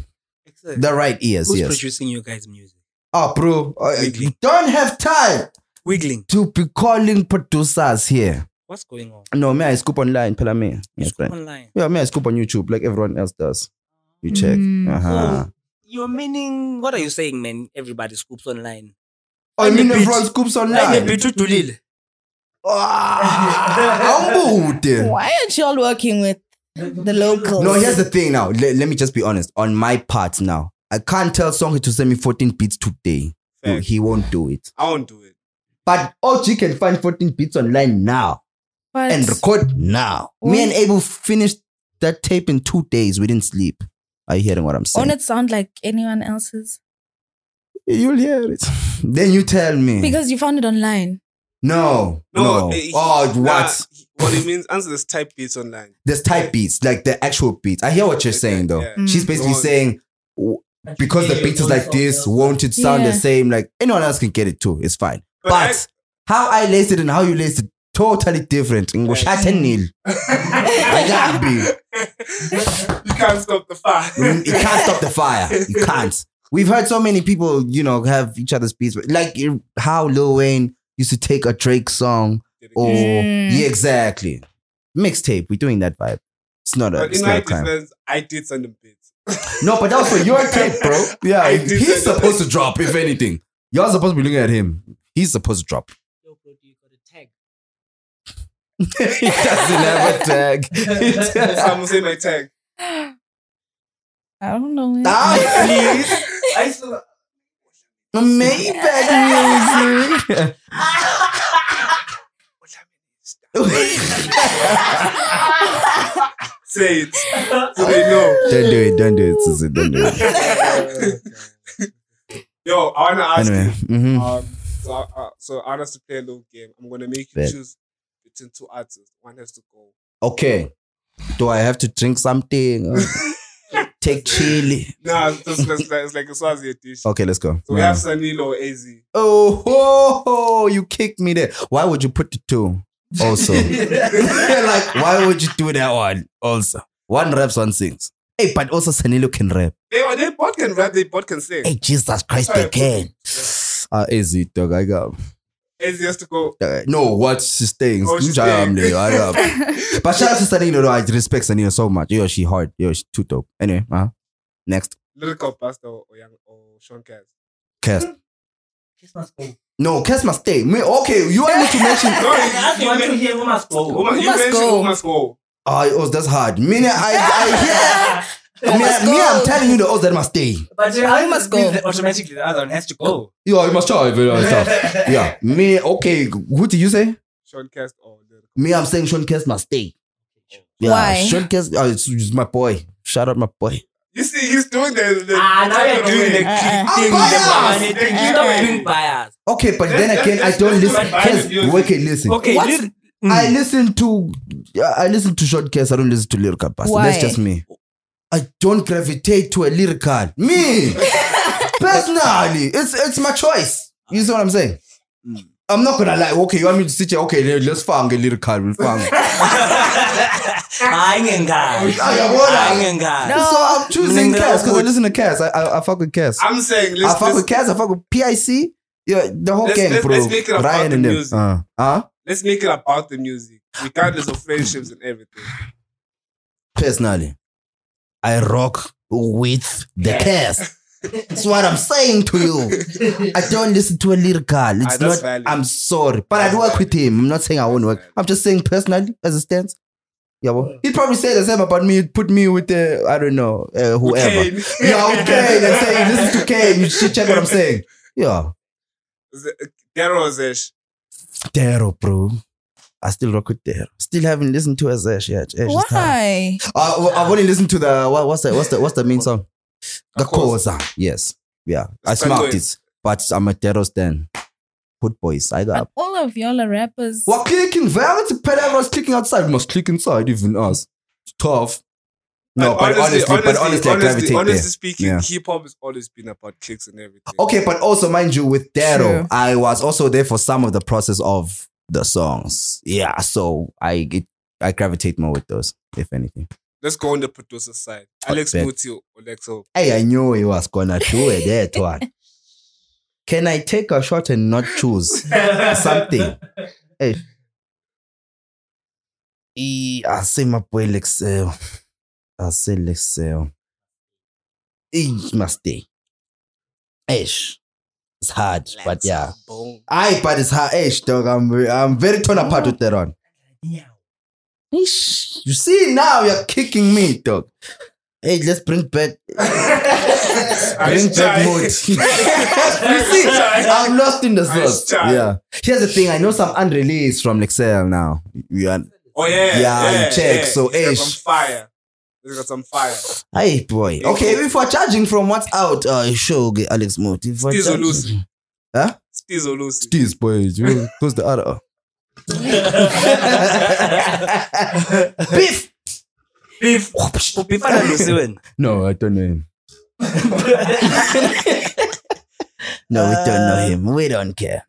The right ears,
Who's
yes.
producing your guys' music?
Oh, bro, I
Wiggly.
don't have time
Wiggling.
to be calling producers here.
What's going on?
No, me I scoop online, pela me. Yes,
Scoop
friend.
online.
Yeah, me I scoop on YouTube like everyone else does. You check.
Mm.
Uh-huh.
You're meaning what are you saying, man? Everybody scoops online.
Oh, you mean
Any
everyone
beat.
scoops
Like a
online?
bit to Dulile.
Ah. Ambude.
Why aren't y'all working with the locals?
No, here's the thing now. Le- let me just be honest. On my part now, I can't tell Songhe to send me 14 beats today. No,
Fair.
he won't do it.
I won't do it.
But OG can find 14 beats online now
But
and record now. Me and Abel finished that tape in two days. We didn't sleep. Are you hearing what I'm saying?
won't it sound like anyone else's?
You'll hear it. then you tell me.
Because you found it online.
no, no.
eh, he-
Oh,
nah,
what?
he- what it means, answer this type beats online.
There's type beats, like the actual beats. I hear what you're saying though.
Yeah.
Mm.
She's basically
Go on.
saying w- because the beat is like this, won't it sound the
Yeah.
same? Like anyone else can get it too. It's fine. But,
But I-
how I laced it and how you laced it, totally different. Ngoshathenil. Ayakbi.
you can't stop the fire.
Mm, you can't stop the fire. You can't. We've heard so many people, you know, have each other's beats. but Like you- how Lil Wayne used to take a Drake song or
Mm.
yeah, exactly. Mixtape. We're doing that vibe. It's not a,
But
it's
in
not
my
a crime.
defense, I did send them beats.
No, but that was for your tape, bro. Yeah,
I did
he's
that.
supposed to drop, if anything. Y'all supposed to be looking at him. He's supposed to drop. he doesn't have a tag.
Someone say my tag.
I don't know. man.
ah,
I saw
please. Maybach music.
Say it. So they know.
don't do it. Don't do it, Susan. Don't do it.
Yo, I wanna ask
Anyway.
you.
mhm.
Um, so, I- I- so I want us to play a little game. I'm gonna make you
Bet.
choose between two artists. One has to go.
Okay. Do I have to drink something? or Take chili.
Nah, it's, just- it's like, it's like a Swazi dish.
Okay, let's go.
So we have Sanilo or AZ.
Oh, ho, ho, you kicked me there. Why would you put the two also? like, why would you do that one also? One raps, one sings. Hey, but also Sanilo can rap.
They, oh, they both can rap, they both can sing.
Hey, Jesus Christ, they can. Ah, is it, dog? I got.
AZ has to go.
Uh, no, what she's saying.
Oh, she's
Njam,
staying.
I got. But shout out to Sanilo, though. I respect Sanilo so much. Yo, she hard. Yo, she too dope. Anyway, uh, next.
Lyrical Pastor or, young, or Sean Cass.
Kes. No, Kes must stay. Me- Okay, you want me to mention.
No, you, you, men-
go.
Uma- you
must
mentioned
go.
who must go.
Ah, oh, that's hard. Me, I, I hear. Me, me, I'm telling you, the odds that must stay.
But I
must go.
Automatically, the other one has to go.
Yeah, you must try. very nice stuff. yeah, me, okay. Who did you say?
Sean Cass or Lyrical.
Me, I'm saying Sean Kes must stay. Yeah,
Why?
Sean Kes, oh, it's, it's my boy. Shout out my boy.
You see, he's doing the. the Ah,
Ah, now you're doing the
Uh-uh.
click thing.
I'm
Stop
biased.
being biased.
Okay, but then
Let's-
again, I
let's-
don't
let's
listen.
combine the
Kes,
music.
okay, listen.
Okay,
What?
lir-
I
Mm.
listen to, yeah, I listen to Sean Kes. I don't listen to lyrical. Pastor. That's
Why?
just me. I don't gravitate to a lyrical. Me, personally, it's it's my choice. You see what I'm saying?
Mm.
I'm not gonna lie. Okay, you want me to sit here? Okay, let- let's fang a little car. We'll fang.
Hanging guys.
Ah, yeah, what?
Hanging guys.
So I'm choosing
Mninga
Cass because I
would-
listen to Cass. I, I I fuck with Cass.
I'm saying,
I
let's,
fuck with
let's,
Cass. I fuck with PIC. Yeah, the whole
Let's-
gang,
let's-
bro.
let's make it about
Ryan
the
and them.
music.
Uh, huh?
let's make it about the music, regardless of friendships and everything.
Personally, I rock with the Cass. That's what I'm saying to you. I don't listen to a little girl. It's
Ah, that's
not.
valid.
I'm sorry, but
That's
I'd work
valid.
with him. I'm not saying I won't
That's
work.
valid.
I'm just saying personally, as it stands. Yeah, well, he'd probably say the same about me. He'd put me with the I don't know uh, whoever.
Kane.
Yeah, okay. They say listen to Kane. You should check what I'm saying. Yeah,
uh, Daryl Zesh.
Dero, bro. I still rock with Dero. Still haven't listened to Azesh yet. Ash is tired.
uh, Why?
I, I've only listened to the what, what's the what's the what's the main song? The
Koza.
Koza. Yes. Yeah. I
Let's
smoked
go.
it, but I'm a Dero stan. Hood boys, I
But
got.
all of y'all are rappers.
We're clicking. Velvet Pedal everyone's clicking outside. We must click inside, even us. It's tough. No,
And
but honestly, but honestly, I gravitate
honestly
there.
speaking,
Yeah.
hip hop has always been about kicks and everything.
Okay, but also mind you, with Dero,
True.
I was also there for some of the process of the songs. Yeah, so I it, I gravitate more with those, if anything.
Let's go on the producer side. Alex
bet.
Mutil or Lexo.
Hey, I knew he was gonna do it. That one. Can I take a shot and not choose something? Hey. E- I say my boy Lexel. I say Lexel. He must stay. Ish. It's hard, but yeah.
Boom.
I but it's her age, dog. I'm I'm very torn apart with that one. Eesh. You see now you're kicking me, dog. Hey, let's bring back bring back
trying.
mood. you see, I'm lost in the
I was
sauce.
trying.
Yeah. Here's the thing. I know some unreleased from Lexel now. You are,
Oh yeah,
Yeah,
yeah
you check, so
He's got
ish.
some fire. He's got some fire.
hey boy. Okay, if we're charging from what's out, uh, show okay, Alex Mood. If we're
Steez
charging-
Olusi.
Huh?
Steez Olusi.
This boy, you- who's the other? Beef.
Beef. Ubifana Lucy wena.
No, I don't know him. No, we don't know him. We don't care.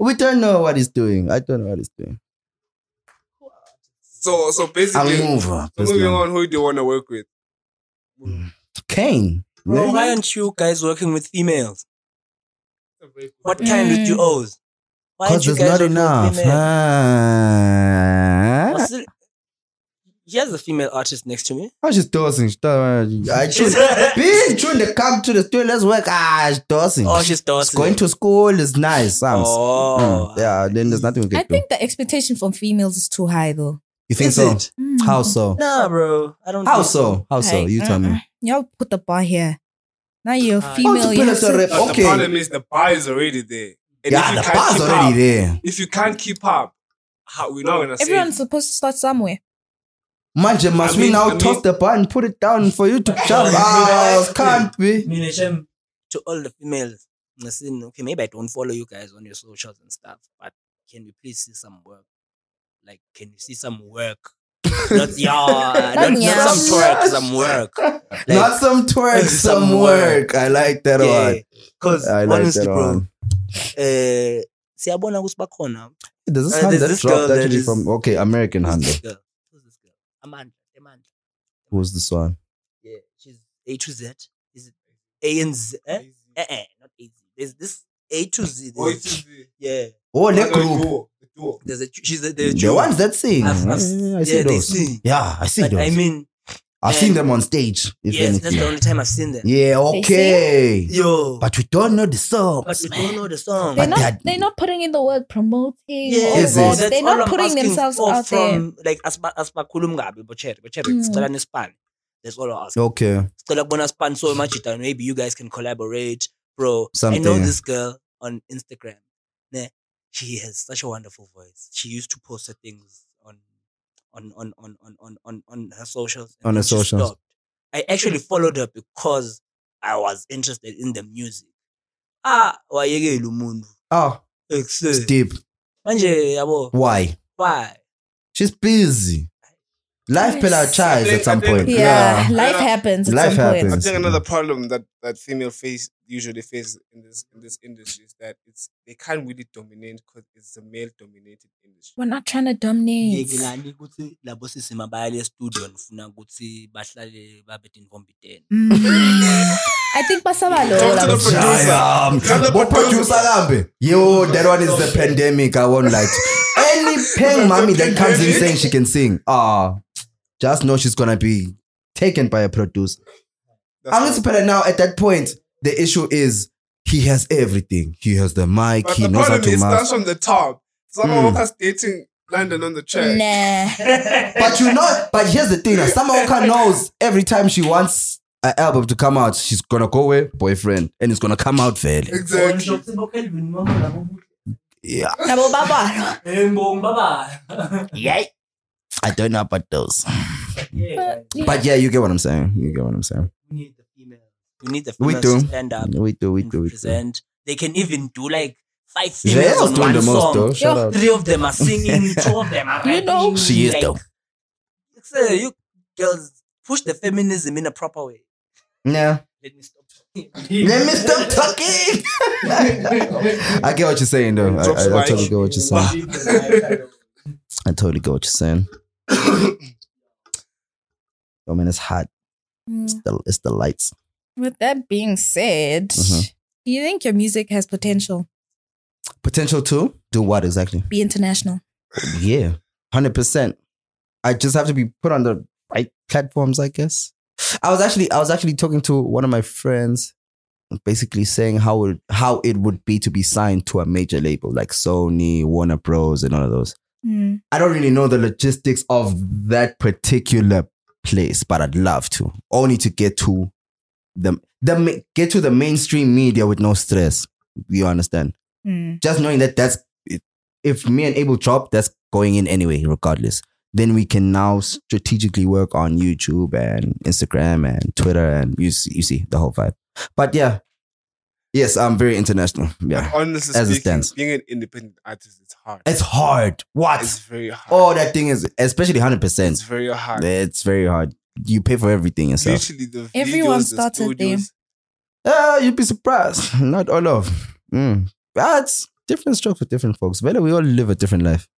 We don't know what he's doing. I don't know what he's doing.
So so
I'll
basically,
move on.
so moving on, who do you want to work with?
Kane.
Bro, why
Really?
aren't you guys working with females? What kind of
Mm.
you owes? Why
Because
aren't you
there's
guys
not
working with
enough.
females?
Ah.
What's the- Here's a female artist next to me.
How she's dosing? She don't- I choose.
She's-
Bitch, trying to come to the studio. Let's work. Ah, she's dosing.
oh, she's
She's
dancing.
going to school is nice. Sounds.
Oh,
Mm, yeah, then there's nothing we
I
can do.
think the expectation from females is too high though.
You think
Is
so?
it?
Mm.
How so?
Nah, bro. I don't.
How
think
so? How so?
Like,
You tell me.
mm-mm. Y'all put the bar here. Now you're a
Uh,
Oh,
female.
to
You
put
have
us a
to-
rep-
But
Okay.
the problem is the bar is already there. And if
Yeah,
you
the
can't
bar's
keep
already
up,
there.
If you can't keep up, how, we're not gonna say
Everyone's supposed to start somewhere.
Manje, must
I mean-
we now
I
toss
mean-
the bar and put it down for you to jump? Ah, can't be.
Minashem, to all the females, listen, okay, maybe I don't follow you guys on your socials and stuff, but can we please see some work? Like, can you see some work? not yeah, not,
yeah.
not some twerk, some work. Like,
Not some twerk, some,
Some
work. I like that one.
Because
I like
honestly,
that um,
bro,
one.
uh, siyabona ukuthi bakhona
Does this
Uh,
hand
there's
that
this girl
dropped
that
actually
is-
from okay American
who's
hand?
this girl? Who's this girl? Amanda, Amanda.
Who's this one?
Yeah, she's A to Z. Is it A and Z? Eh? Eh, eh, not A Z. There's this A to Z.
Oh,
there's-
it's the,
yeah,
Oh,
the
that group.
duo, the duo.
there's a she's a, there's a
The
duo.
ones that sing.
I've- I've-
Yeah, I see
yeah, they
those.
sing.
Yeah, I see
But
those.
I mean,
I've
um,
seen them on stage. If
yes, that's the
anything.
only time I've seen them.
Yeah, okay.
Yo, but,
But we don't know the songs.
we
man.
don't know the song.
They're
But
not.
that-
They're not putting in the word promoting.
yeah,
or
Is it?
what.
that's
They're
all
not
I'm
putting
asking
themselves
for
out there.
from, Like asba asibakhulumi ngabe bochere bochere
Mm.
sicela nespan. That's all I ask.
Okay.
Sicela kubona span so majita maybe you guys can collaborate, bro. I know
Something.
this girl on Instagram. Ne, she has such a wonderful voice. She used to post her things on on on on on on on, on her socials. and
On her
then she
socials.
stopped. I actually followed her because I was interested in the music. Ah, wayekela umuntu.
Ah.
Oh,
Ekuseni.
Steve.
manje yabo
Why?
why
She's busy. Life
Yes.
fell out child
I think-
at some
I think-
point.
Yeah, life
Yeah.
happens at
Life
some
happens.
point.
I think another problem that that female face usually face in this in this industry is that it's they can't really dominate because it's a male dominated industry.
We're not trying to dominate.
ngiyekilani kutsi labo sisi mabayale studio ndifuna kutsi bahlale babe tintombi ten
Mm. I think
Talk to the
Pasabalo.
producer. Tell the
What um, producer
producer.
Lambe? Yo, that one is the pandemic. I won't like any peng mommy that comes in saying she can sing. Ah, just know she's gonna be taken by a producer.
That's
I'm just
why-
put now at that point. The issue is he has everything. He has the mic.
but
he
the
knows how
problem
to
is
master.
starts from the top. Someone
Mm.
of us dating London on the track.
Nah.
But you know, but here's the thing: Samaoka knows every time she wants an album to come out, she's gonna go with boyfriend, and it's gonna come out fairly.
Exactly.
Yeah,
Nabo Babalo.
yeah. I don't know about those, but yeah, you get what I'm saying. You get what I'm saying.
we need the females. We need the
We
females
do.
to stand up
We do, we
and
do, we do.
represent. They can even do like five
Jaya
females
was
on
doing
one
the most,
song.
though. Shout
Yo.
out.
Three of them are singing. two of them are
You know.
rapping,
She is
like,
though.
So you girls push the feminism in a proper way.
Yeah.
Let me stop.
Let me stop talking. I get what you're saying, though. I, I, I totally get what you're saying. I totally get what you're saying. oh man, it's hot.
Mm.
The- It's the lights.
With that being said,
Mhm.
do you think your music has potential?
Potential to do what exactly?
Be international.
Yeah, hundred percent. I just have to be put on the right platforms, I guess. I was actually I was actually talking to one of my friends, basically saying how it, how it would be to be signed to a major label like Sony, Warner Bros, and all of those.
Mm.
I don't really know the logistics of that particular place, but I'd love to. Only to get to the the ma- get to the mainstream media with no stress. You understand?
Mm.
just knowing that that's if me and Abel drop, that's going in anyway, regardless. Then we can now strategically work on YouTube and Instagram and Twitter and you see, you see the whole vibe. But yeah, yes, I'm very international. Yeah,
Honestly
As it
speaking,
stands.
being an independent artist is hard.
it's hard. What?
It's very hard.
oh, that thing is especially hundred
it's
percent.
very hard.
It's very hard. You pay for everything yourself.
Literally, the
Everyone
videos,
started
the
there.
studios,
Ah, you'd be surprised. Not all of. Mm. That's different strokes for different folks. Well, we all live a different life.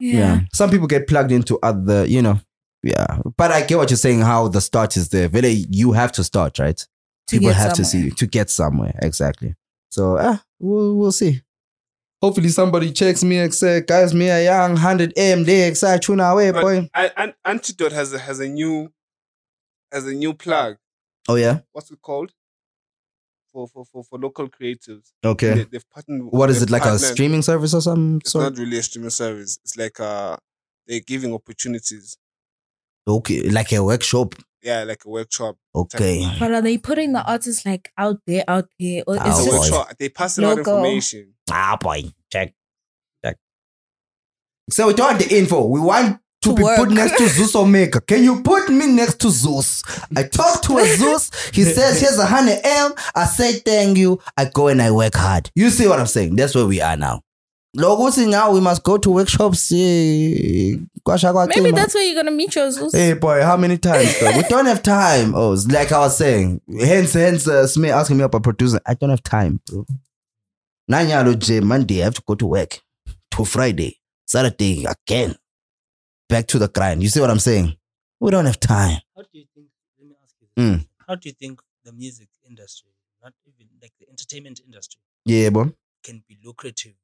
Yeah.
Some people get plugged into other, you know. Yeah. But I get what you're saying, how the start is there. Really, you have to start, right?
To
people
get
have to
somewhere.
see you to get somewhere. Exactly. So ah, we'll, we'll see. Hopefully somebody checks me and say, guys, me a young 100 M, they excited, tune away,
But-
boy.
I, an, Antidote has a, has a new has a new plug.
Oh, yeah?
What's it called? For for for, for local creatives.
Okay.
They, have partnered.
What is
they've
it, like a
partnered-
streaming service or something?
It's
sort?
not really a streaming service. It's like uh they're giving opportunities.
Okay, like a workshop.
Yeah, like a workshop.
Okay.
But are they putting the artists like out there, out there? Or
Oh,
it's
It's a
boy.
just
workshop. They pass out
Local.
information.
Ah, boy. Check. Check. So we don't want the info. We want to,
To
be
work.
put next to Zeus Omega. Can you put me next to Zeus? I talk to a Zeus. He says, here's a 100 M. I say, thank you. I go and I work hard. You see what I'm saying? That's where we are now. Logosi now, we must go to workshops. eh, kwasha kwacinga.
maybe that's where you're gonna meet your Zeus.
Hey boy, how many times? though? we don't have time. Oh, it's like I was saying, hence, hence, uh, Smith asking me about producing. I don't have time, bro. Nanyalo J Monday, I have to go to work. To Friday, Saturday again, back to the grind. You see what I'm saying? We don't have time.
How do you think? Let me ask you. This.
Mm.
How do you think the music industry, not even like the entertainment industry,
Yeah, bro.
can be lucrative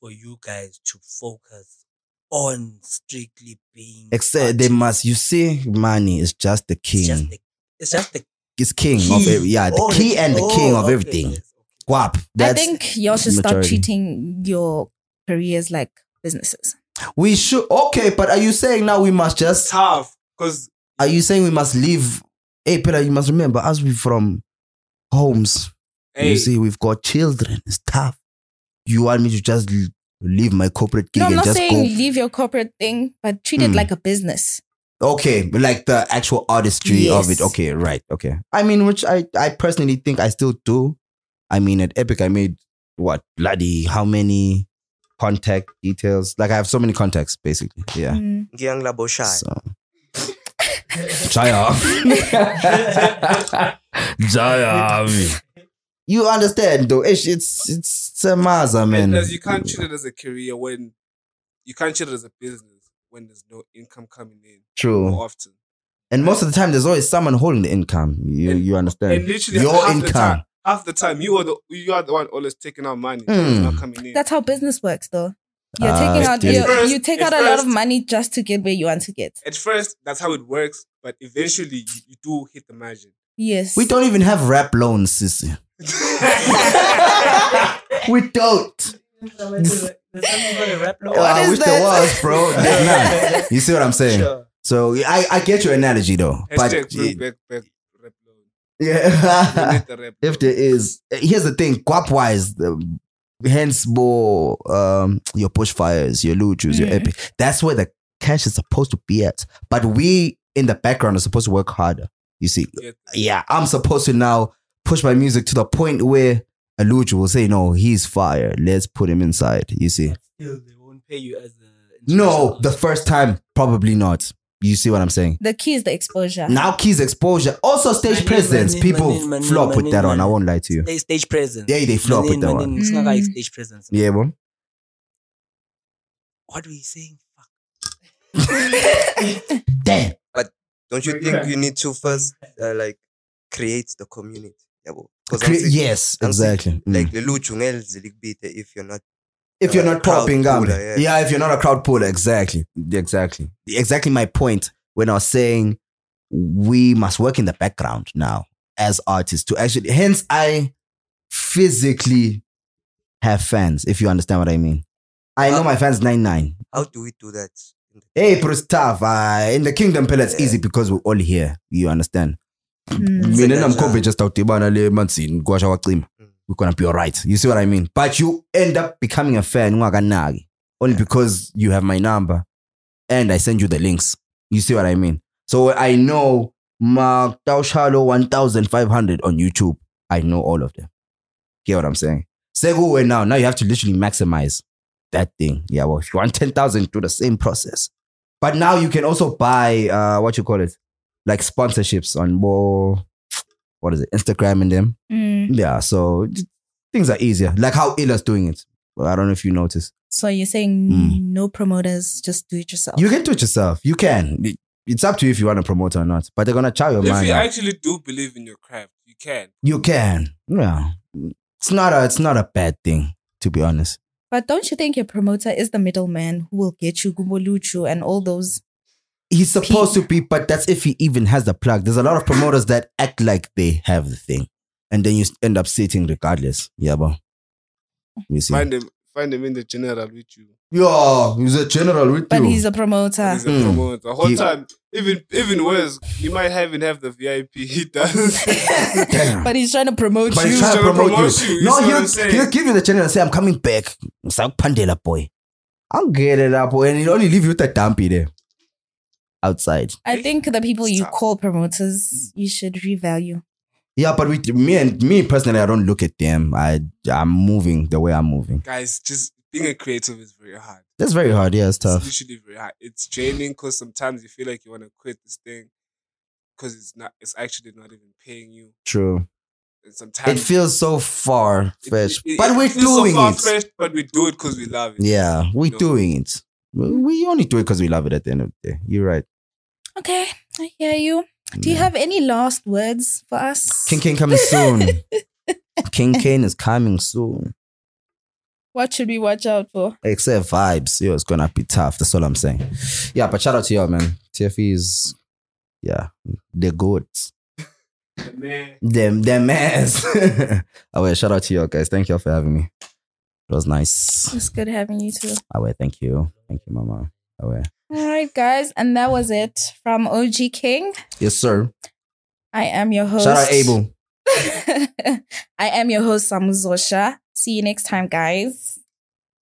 for you guys to focus on strictly being?
Except they
artists?
must. You see, money is just the king.
It's just the, it's just the
it's king
key.
of every, yeah, the
Oh,
key and the king
oh,
of
okay,
everything.
yes, okay.
Guap.
I
That's
think y'all should start
majority.
treating your careers like businesses.
we should. Okay, but are you saying now we must just
It's tough because
are you saying we must leave? Hey, Peter, you must remember, as we from homes,
hey,
you see, we've got children. It's tough. You want me to just l- leave my corporate gig
No, I'm
and
not
just
saying
go?
leave your corporate thing, but treat it
Mm.
like a business.
okay, but like the actual artistry of
Yes.
it. Okay, right. Okay. I mean, which I, I personally think I still do. I mean, at Epic, I made what bloody how many contact details? Like I have so many contacts, basically. Yeah.
Mm.
Giang Labo Shy.
So. Jaya. Jaya. You understand though? It's it's it's a maza, man.
And as you can't treat it as a career when you can't treat it as a business when there's no income coming in
True.
more often.
And most of the time, there's always someone holding the income. You
And-
you understand?
And literally
Your
half the time,
income.
half the time you are the you are the one always taking out money,
Mm.
not coming in.
That's how business works, though. You're
Ah,
taking out
okay.
you-
At first-
you take
at
out a lot of
first-
money just to get where you want to get.
At first, that's how it works, but eventually you, you do hit the margin.
Yes,
We don't even have rap loans, sissy. We don't. Oh,
What
I
is
wish
that?
there was, bro. There's none. You see what I'm saying? So I, I get your analogy though, but
Hashtag bring back, back rap loan. We
yeah,
need the rap
if there is, here's the thing. Guap wise, the, hence more um your bushfires, your luchus, your
Mm.
epic. That's where the cash is supposed to be at. But we in the background are supposed to work harder. You see,
loan. Yeah.
yeah, I'm supposed to now push my music to the point where a luchu will say, "No, he's fire. Let's put him inside." You see.
Still, they won't pay you as a
No, the first time, probably not. You see what I'm saying?
the key is the exposure.
Now Keys exposure, also stage
Money,
presence.
money,
People
money, money,
flop
money,
with that one. I
money.
won't lie to you.
Stage, stage presence.
Yeah, they flop with
Manin,
that
manin,
one.
It's not like
Mm.
stage presence.
Yeah, bro.
What were you saying? Fuck.
Damn.
Don't you think you need to first uh, like create the community? yabo? 'Cause I'm
Cre-
sick-
yes,
I'm sick.
exactly. Mm.
Like lelucho ngeke lilikubithe if you're not
if you're
uh,
not
crowd
popping up,
puller, yeah.
yeah. if you're not a crowd puller, exactly, exactly, exactly. My point when I was saying we must work in the background now as artists to actually. Hence, I physically have fans. If you understand what I mean, I know
Uh,
my fans nine nine.
how do we do that?
Hey, Prustav, uh, in the kingdom, pela, it's easy because we're all here. You understand?
Mm.
Mina
Second
namkhombe
round.
just awudibana le manzini kwasha wacima.
Mm.
We're gonna be alright. You see what I mean? But you end up becoming a fan ungakanaki only because you have my number and I send you the links. You see what I mean? So I know Mark Taushalo 1500 on YouTube. I know all of them. Get what I'm saying? Sego way now. Now you have to literally maximize that thing. Yeah, well, if you want 10,000, do the same process. But now you can also buy uh what you call it, like sponsorships on more what is it, Instagram and them.
Mm.
Yeah, so th- things are easier. Like how Ila's doing it. Well, I don't know if you noticed.
So you're saying
Mm.
no promoters, just do it yourself.
You can do it yourself. You can. It- It's up to you if you want to promote or not. But they're gonna chow your
If
mind.
you
out.
actually do believe in your craft, you can.
you can. Yeah. It's not a it's not a bad thing, to be honest.
but don't you think your promoter is the middleman who will get you Gumboluchu and all those?
He's supposed to be, but that's if he even has the plug. There's a lot of promoters that act like they have the thing. And then you s- end up sitting regardless. Yeah, but you see.
Find them find them in the general with you.
yeah, he's a general with
But
you.
he's a promoter.
He's a
Mm.
promoter. The whole
He-
time, even even worse, you might even have the VIP. He does.
Damn.
but he's trying to promote
But
you.
he's trying to
trying to
promote,
promote
you.
you, you
No,
see what
he'll,
I'm saying?
he'll give you the channel and say, I'm coming back. It's like Pandela boy. I'll get it up. boy," And he'll only leave you with a dumpy there. Outside.
I think the people you
Stop.
call promoters, you should revalue.
Yeah, but with me and me personally, I don't look at them. I I'm moving the way I'm moving.
Guys, just being a creative is very hard.
That's very hard. Yeah, it's
It's
tough.
usually very hard. It's draining because sometimes you feel like you want to quit this thing because it's not. It's actually not even paying you.
True.
And sometimes
It feels so far
it-
fetched,
it-
but
it
we're
feels so
doing it.
far-fetched, but we do it because we love it.
Yeah, we're
You know?
doing it. We- We only do it because we love it. At the end of the day, you're right.
Okay, I hear you. Do you
Yeah.
have any last words for us?
King Kane coming soon? King Kane is coming soon.
What should we watch out for?
except vibes. Yo, it's gonna be tough. That's all I'm saying. Yeah, but shout out to y'all, man. TFE is, yeah, the goats.
Man,
Them, them ass. oh, wait, shout out to y'all guys. Thank y'all for having me. It was nice.
It's good having you too.
Oh, wait, thank you. Thank you, mama. Oh, wait.
All right, guys, and that was it from OG King.
Yes, sir.
I am your host.
Shout out Abel.
I am your host, Samu Zosha. See you next time, guys.